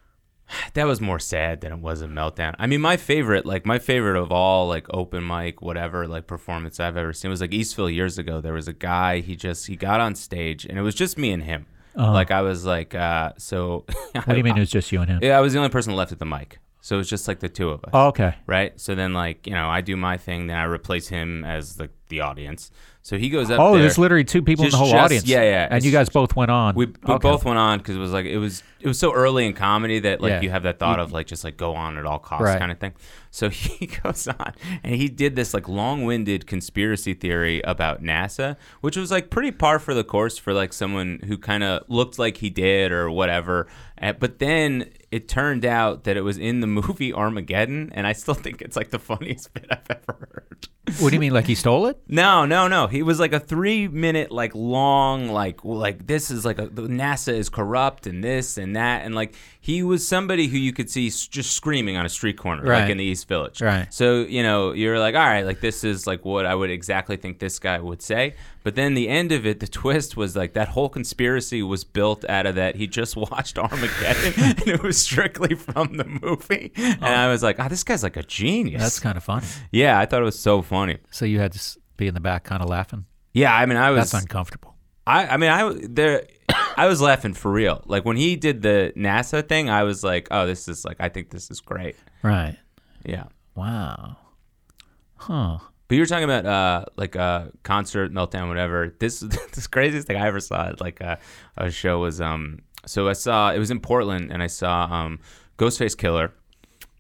that was more sad than it was a meltdown. I mean, my favorite, like my favorite of all, like open mic, whatever, like performance I've ever seen was like Eastville years ago. There was a guy, he just, he got on stage and it was just me and him. Uh-huh. Like I was like, uh, so. What do you mean it was just you and him? Yeah, I was the only person left at the mic. So it was just like the two of us Oh, okay. right? So then, like, you know, I do my thing, then I replace him as the the audience. So he goes up. Oh, there. there's literally two people in Just- the whole just- audience. yeah, yeah. And you It's- guys both went on. we, we Okay. both went on because it was like it was it was so early in comedy that like Yeah. you have that thought of like just like go on at all costs Right. kind of thing. So he goes on and he did this like long-winded conspiracy theory about NASA, which was like pretty par for the course for like someone who kind of looked like he did or whatever. Uh, But then it turned out that it was in the movie Armageddon, and I still think it's like the funniest bit I've ever heard. What do you mean? Like he stole it? No, no, no. He was like a three minute, like long, like like this is like a, the NASA is corrupt and this and that and like he was somebody who you could see s- just screaming on a street corner, Right. like in the East Village. Right. So you know you're like, all right, like this is like what I would exactly think this guy would say. But then the end of it, the twist was like that whole conspiracy was built out of that he just watched Armageddon and it was strictly from the movie. And I was like, oh, this guy's like a genius. That's kind of funny. yeah, I thought it was so funny. So you had to s- be in the back, kind of laughing. Yeah, I mean, I was That's uncomfortable. I, I mean, I w- there, I was laughing for real. Like when he did the NASA thing, I was like, "Oh, this is like, I think this is great." Right. Yeah. Wow. Huh. But you were talking about uh, like a concert meltdown, whatever. This this craziest thing I ever saw at like a, a show was um. So I saw it was in Portland, and I saw um, Ghostface Killer,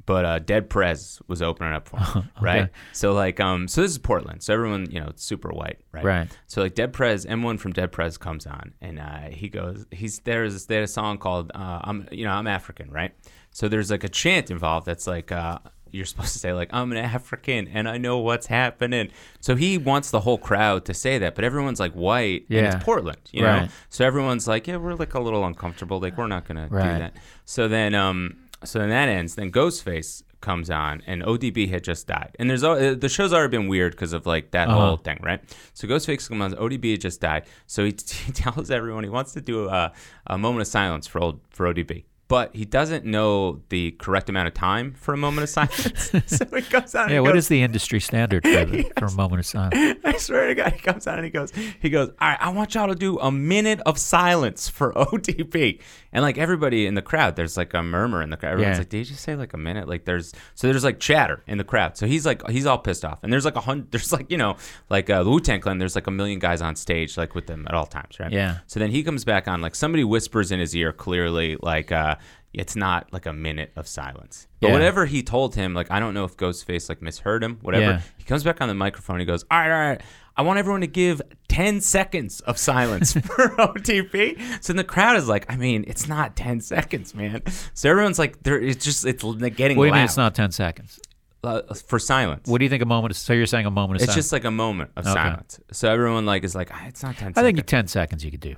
but uh, Dead Prez was opening up for him, right? So like um, so this is Portland, so everyone you know it's super white, right? Right. So like Dead Prez, M1 from Dead Prez comes on, and uh, he goes, he's there's there's a song called uh, I'm you know I'm African, right? So there's like a chant involved that's like uh, you're supposed to say like I'm an African and I know what's happening. So he wants the whole crowd to say that, but everyone's like white, and Yeah. it's Portland, you know. Right. So everyone's like, yeah, we're like a little uncomfortable, like we're not gonna Right. do that. So then, um, so then that ends. Then Ghostface comes on, and ODB had just died. And there's al- uh, the show's already been weird because of like Uh-huh. that whole thing, right? So Ghostface comes on. ODB had just died, so he, he tells everyone he wants to do a, a moment of silence for old for ODB. But he doesn't know the correct amount of time for a moment of silence. so he comes out. Yeah. and What goes, is the industry standard for, the, for a moment of silence? I swear to God, he comes out and he goes, he goes, all right, I want y'all to do a minute of silence for ODB. And like everybody in the crowd, there's like a murmur in the crowd. Everyone's Yeah. like, did you just say like a minute? Like there's, so there's like chatter in the crowd. So he's like, he's all pissed off. And there's like a hundred, there's like, you know, like uh, the Wu-Tang Clan, there's like a million guys on stage, like with them at all times, right? Yeah. So then he comes back on, like somebody whispers in his ear clearly, like, uh, it's not like a minute of silence. But Yeah. whatever he told him, like I don't know if Ghostface like misheard him, whatever. Yeah. He comes back on the microphone. He goes, "All right, all right. I want everyone to give 10 seconds of silence for OTP." So then the crowd is like, "I mean, it's not 10 seconds, man." So everyone's like, "There, it's just it's getting What do you loud mean it's not ten seconds? uh, for silence." What do you think a moment? Of, so you're saying a moment of it's silence? just like a moment of silence. So everyone like is like, "Ah, "It's not 10 I seconds." think ten seconds you could do.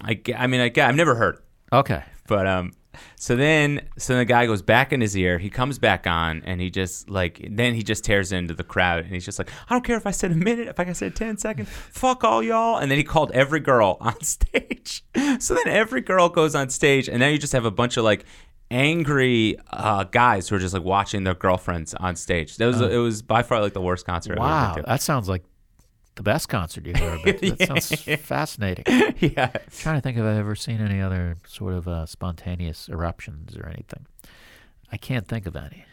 I, ge- I mean, I, ge- I've never heard, it, Okay. but um, So then, so the guy goes back in his ear. He comes back on, and he just like then he just tears into the crowd, and he's just like, I don't care if I said a minute, if I said ten seconds, fuck all y'all. And then he called every girl on stage. So then every girl goes on stage, and now you just have a bunch of like angry uh, guys who are just like watching their girlfriends on stage. That was it was by far like the worst concert. I've Wow, ever been to. that sounds like the best concert you've ever been to. That sounds fascinating. yeah. trying to think if I've ever seen any other sort of uh, spontaneous eruptions or anything. I can't think of any.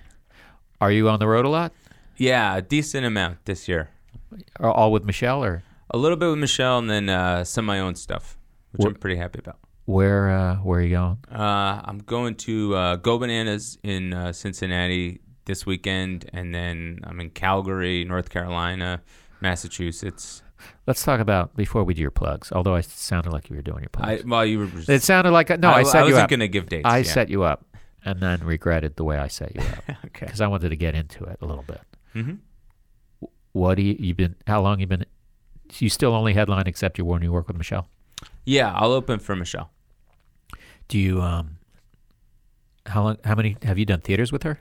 Are you on the road a lot? Yeah, a decent amount this year. Or all with Michelle, or A little bit with Michelle, and then uh, some of my own stuff, which I'm Wh- pretty happy about. where uh, where are you going? Uh, I'm going to uh, Go Bananas in uh, Cincinnati this weekend, and then I'm in Calgary, North Carolina, Massachusetts. Let's talk about before we do your plugs. Although I sounded like you were doing your I, plugs, well, you were just, it sounded like no. I, I set you wasn't up. going to give dates. I yeah. set you up, and then regretted the way I set you up okay. because I wanted to get into it a little bit. hmm What do you you been? How long you been? You still only headline except you when you work with Michelle. Yeah, I'll open for Michelle. Do you um? How long? How many have you done theaters with her?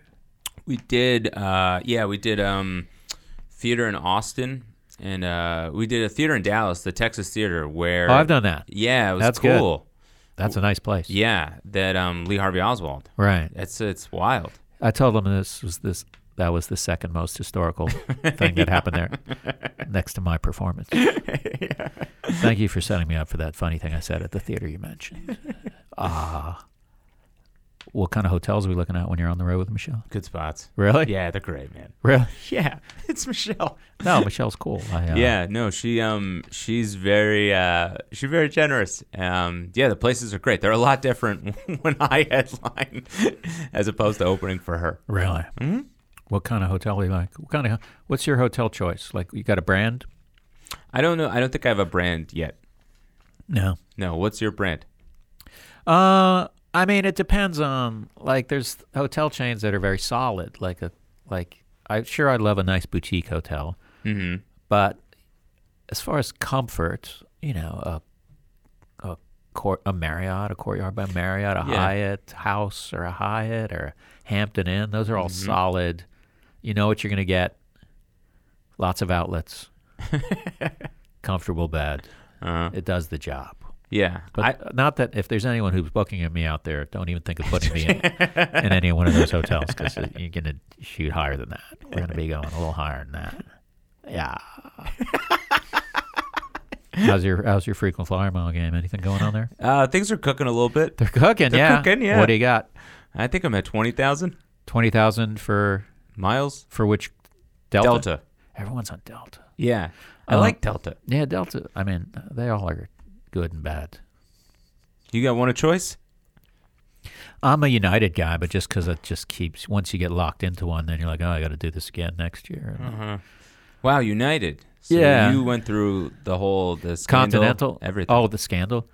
We did, uh, yeah, we did um, theater in Austin, and uh, we did a theater in Dallas, the Texas Theater, where Oh, I've done that. yeah, it was That's good. cool. That's a nice place. Yeah, that um, Lee Harvey Oswald. Right. That's it's wild. I told them this was this that was the second most historical thing that happened there next to my performance. Thank you for setting me up for that funny thing I said at the theater you mentioned. Ah. what kind of hotels are we looking at when you're on the road with Michelle? Good spots. Really? Yeah, they're great, man. Really? Yeah, it's Michelle. No, Michelle's cool. I, uh, Yeah, no, she um she's very uh she's very generous. Um yeah, the places are great. They're a lot different when I headline as opposed to opening for her. Really? Mm-hmm. What kind of hotel are you like? What kind of what's your hotel choice? Like you got a brand? I don't know. I don't think I have a brand yet. No. No, what's your brand? Uh, I mean, it depends on like there's hotel chains that are very solid, like a like I sure I'd love a nice boutique hotel, Mm-hmm. but as far as comfort, you know, a a court a Marriott, a Courtyard by Marriott, a Yeah. Hyatt House or a Hyatt or a Hampton Inn, those are all Mm-hmm. solid. You know what you're gonna get. Lots of outlets. Comfortable bed. Uh, It does the job. yeah, But I, not that if there's anyone who's booking me out there, don't even think of putting me in, in any one of those hotels because you're going to shoot higher than that. We're going to be going a little higher than that. Yeah. how's your How's your frequent flyer mile game? Anything going on there? uh, things are cooking a little bit. They're cooking. They're yeah. cooking, yeah. What do you got? I think I'm at twenty thousand Twenty thousand for miles. for which Delta? Delta. Everyone's on Delta. Yeah, I Um, like Delta. Yeah, Delta. I mean, they all are good and bad. You got one a choice? I'm a United guy, but just because it just keeps once you get locked into one, then you're like, oh, I got to do this again next year. Mm-hmm. Wow, United. So Yeah. you went through the whole the scandal, Continental, everything. Oh, the scandal.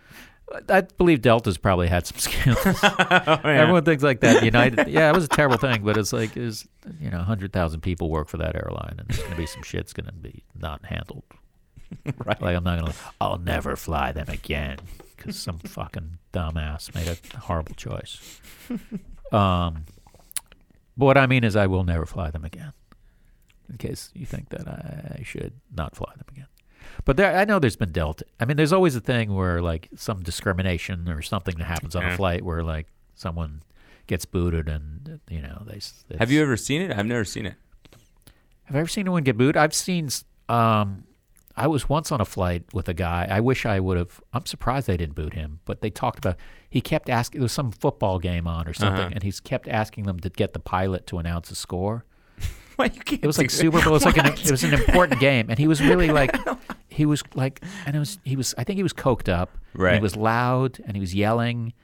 I believe Delta's probably had some scandals. Oh, yeah. Everyone thinks like that. United, yeah, it was a terrible thing, but it's like is you know, hundred thousand people work for that airline, and there's gonna be some shit's gonna be not handled. Oh. Right. Like I'm not gonna. I'll never fly them again because some fucking dumbass made a horrible choice. Um, but what I mean is, I will never fly them again. In case you think that I should not fly them again, but there, I know there's been Delta. I mean, there's always a thing where like some discrimination or something that happens on Yeah. a flight where like someone gets booted and you know they. s- it's- Have you ever seen it? I've never seen it. have I ever seen anyone get booed? I've seen. s- Um, I was once on a flight with a guy. I wish I would have. I'm surprised they didn't boot him, but they talked about. He kept asking. There was some football game on or something, Uh-huh. and he's kept asking them to get the pilot to announce a score. Why you can't It was do like Super Bowl. It was like an, it was an important game, and he was really like, he was like, and it was he was. I think he was coked up. and Right. He was loud and he was yelling,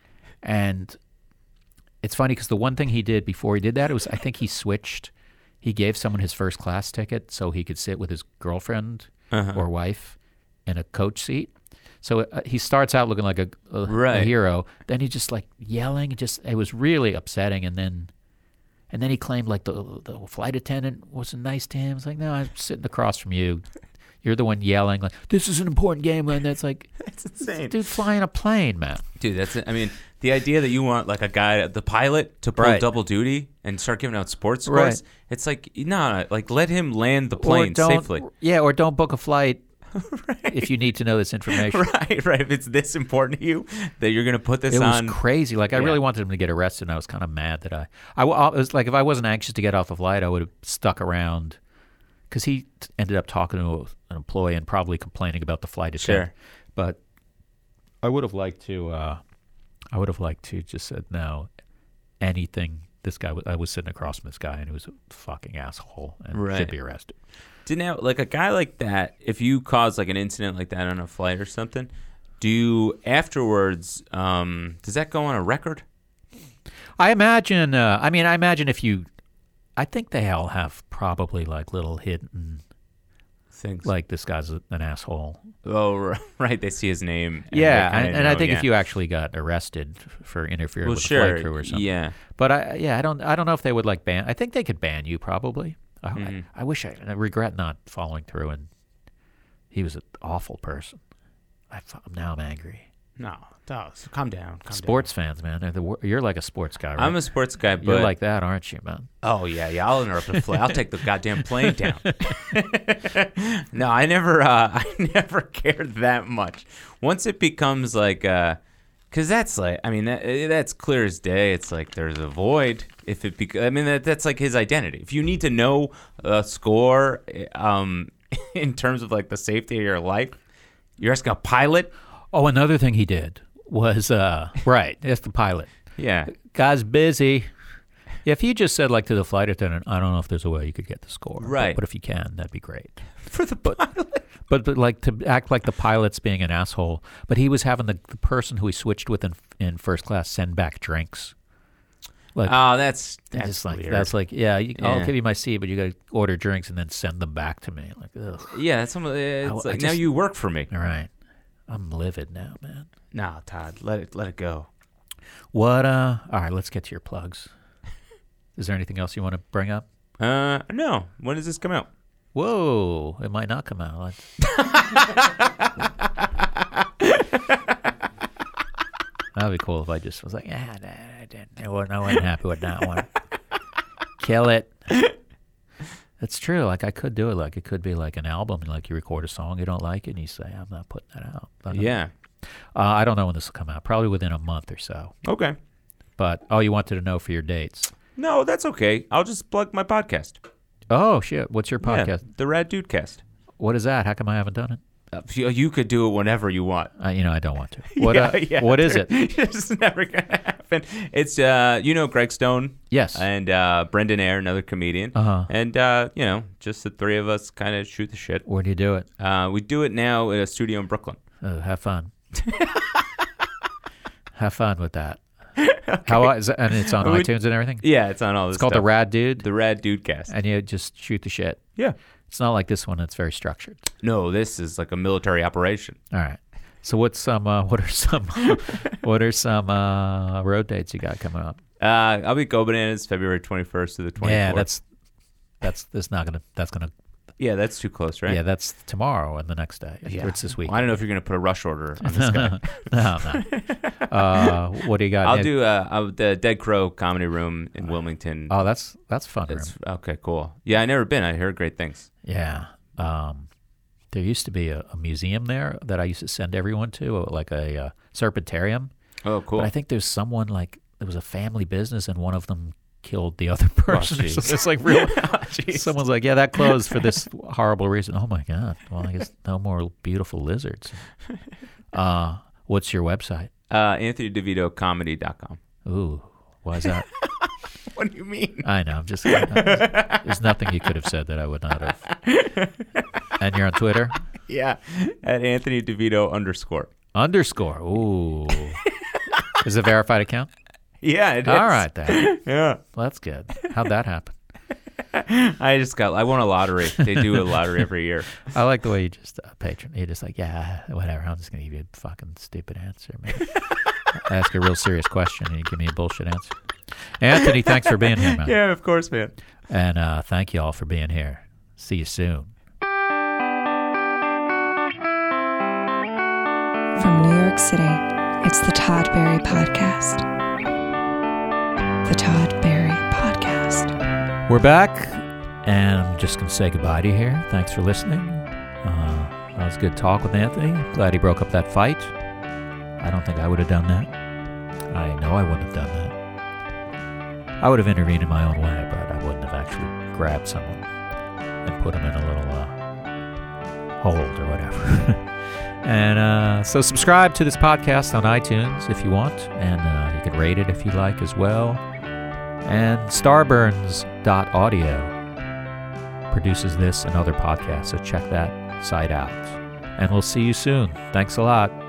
and it's funny because the one thing he did before he did that it was I think he switched. He gave someone his first class ticket so he could sit with his girlfriend Uh-huh. or wife in a coach seat. So uh, he starts out looking like a, a, a Right. hero. Then he just like yelling. Just it was really upsetting. And then and then he claimed like the the flight attendant wasn't nice to him. It's like, no, I'm sitting across from you. You're the one yelling like this is an important game, and that's like, That's insane, dude. dude, flying a plane, man. That's I mean, the idea that you want like a guy, the pilot, to pull Right. double duty and start giving out sports Right. scores. It's like nah, like let him land the Or plane don't- safely. Yeah, or don't book a flight if you need to know this information. Right, right. If it's this important to you that you're gonna put this It was on, crazy. Like I Yeah. really wanted him to get arrested, and I was kind of mad that I, I, w- I- it was like if I wasn't anxious to get off the flight, I would have stuck around, because he t- ended up talking to an employee and probably complaining about the flight attendant. Sure. But I would have liked to, uh, I would have liked to just said no, anything. This guy, was, I was sitting across from this guy, and he was a fucking asshole, and Right. should be arrested. Do now, like a guy like that, if you cause like an incident like that on a flight or something, do you afterwards? Um, does that go on a record? I imagine. Uh, I mean, I imagine if you, I think they all have probably like little hidden, Things like this guy's a- an asshole. oh, r- right. They see his name. and yeah, they kinda and, and I know, think yeah. if you actually got arrested f- for interfering well, with sure, a flight crew or something, yeah, But I, yeah, I don't, I don't know if they would like ban. I think they could ban you probably. I, I- Mm-hmm. I, wish I, I regret not following through. And he was an awful person. I, f- now I'm angry. no, no, so calm down. Calm Sports fans, man, they're the, wor- you're like a sports guy, right? Down. I'm a sports guy, but you're like that, aren't you, man? oh yeah, yeah, I'll interrupt the flight. I'll take the goddamn plane down. no, I never, uh, I never cared that much. Once it becomes like, uh 'cause that's like, I mean, that, eh, that's clear as day. It's like there's a void. If it, bec I mean, that, that's like his identity. If you need to know a score, eh, um, in terms of like the safety of your life, you're asking a pilot. Oh, another thing he did was uh, right. That's the pilot. Yeah, Guy's busy. If he just said like to the flight attendant, I don't know if there's a way you could get the score. but- Right. But, if you can, that'd be great. for the pilot. But but like to act like the pilot's being an asshole. But he was having the, the person who he switched with in in first class send back drinks. Like Oh, that's and that's just like weird. that's like yeah, you, Yeah. I'll give you my seat, but you got to order drinks and then send them back to me. Like ugh. yeah. That's some. eh, It's I- I like now just- you work for me. All right, I'm livid now, man. No, Todd, let it let it go. What? uh All right, let's get to your plugs. Is there anything else you want to bring up? Uh, no. When does this come out? Whoa, it might not come out. Let's- That'd be cool if I just was like, ah, nah, I didn't, I wasn't, I wasn't happy with that one. Kill it. That's true. Like I could do it. Like it could be like an album, and like you record a song you don't like, it, and you say, "I'm not putting that out." But, Yeah. Uh, I don't know when this will come out. Probably within a month or so. Okay. But oh, you wanted to know for your dates. No, that's okay. I'll just plug my podcast. Oh shit! What's your Yeah, podcast? the Rad Dude Cast. What is that? How come I haven't done it? Uh, you, you could do it whenever you want. Uh, you know, I don't want to. What? Yeah, uh, yeah, what is it? it's never gonna happen. It's uh, you know, Greg Stone Yes. and uh, Brendan Ayer, another comedian, Uh-huh. and uh, you know, just the three of us kind of shoot the shit. Where do you do it? Uh, we do it now at a studio in Brooklyn. Uh, have fun. have fun with that. How is that, and it's on We- iTunes and everything. Yeah, it's on all this. It's called the stuff. Rad Dude, the Rad Dude Cast. and you just shoot the shit. Yeah. It's not like this one that's very structured. No, this is like a military operation. All right. So what's some? Uh, what are some? what are some uh, road dates you got coming up? Uh, I'll be Go Bananas February 21st to the 24th. Yeah, that's that's that's not gonna that's gonna yeah, that's too close, right? yeah that's tomorrow and the next day. It's this week. Well, I don't know if you're gonna put a rush order on this guy. no, no. Uh, what do you got? Oh, I'll Yeah. do uh, uh, the Dead Crow Comedy Room in Wilmington. Oh, that's that's fun. room. It's- okay, cool. Yeah, I never been. I heard great things. Yeah. Um, there used to be a, a museum there that I used to send everyone to, uh, like a uh, serpentarium. Oh, cool. But I think there's someone like it was a family business, and one of them killed the other person. Oh, jeez. Oh, so it's like real. someone's like, "Yeah, that closed for this horrible reason." Oh my god. Well, I guess no more beautiful lizards. Uh, what's your website? uh, AnthonyDeVitoComedy.com. Ooh, why is that? What do you mean? I know. I'm just. There's nothing you could have said that I would not have. And you're on Twitter. Yeah, at Anthony DeVito underscore. Underscore. Ooh. is it a verified account? Yeah, it is. All right, then. Yeah, Well, that's good. How'd that happen? I just got. I won a lottery. They do a lottery every year. I like the way you just uh, patron. You're just like, yeah, whatever. I'm just gonna give you a fucking stupid answer, man. I ask a real serious question and you give me a bullshit answer. Anthony, thanks for being here, man. Yeah, of course, man. And uh, thank you all for being here. See you soon. From New York City, It's the Todd Berry Podcast. The Todd Berry Podcast. We're back, and I'm just going to say goodbye to you here. Thanks for listening. Uh, that was a good talk with Anthony. Glad he broke up that fight. I don't think I would have done that. I know I wouldn't have done that. I would have intervened in my own way, but I wouldn't have actually grabbed someone and put them in a little uh, hold or whatever. and uh, so, subscribe to this podcast on iTunes if you want, and uh, you can rate it if you like as well. And starburns.audio produces this and other podcasts, so check that site out. And we'll see you soon. Thanks a lot.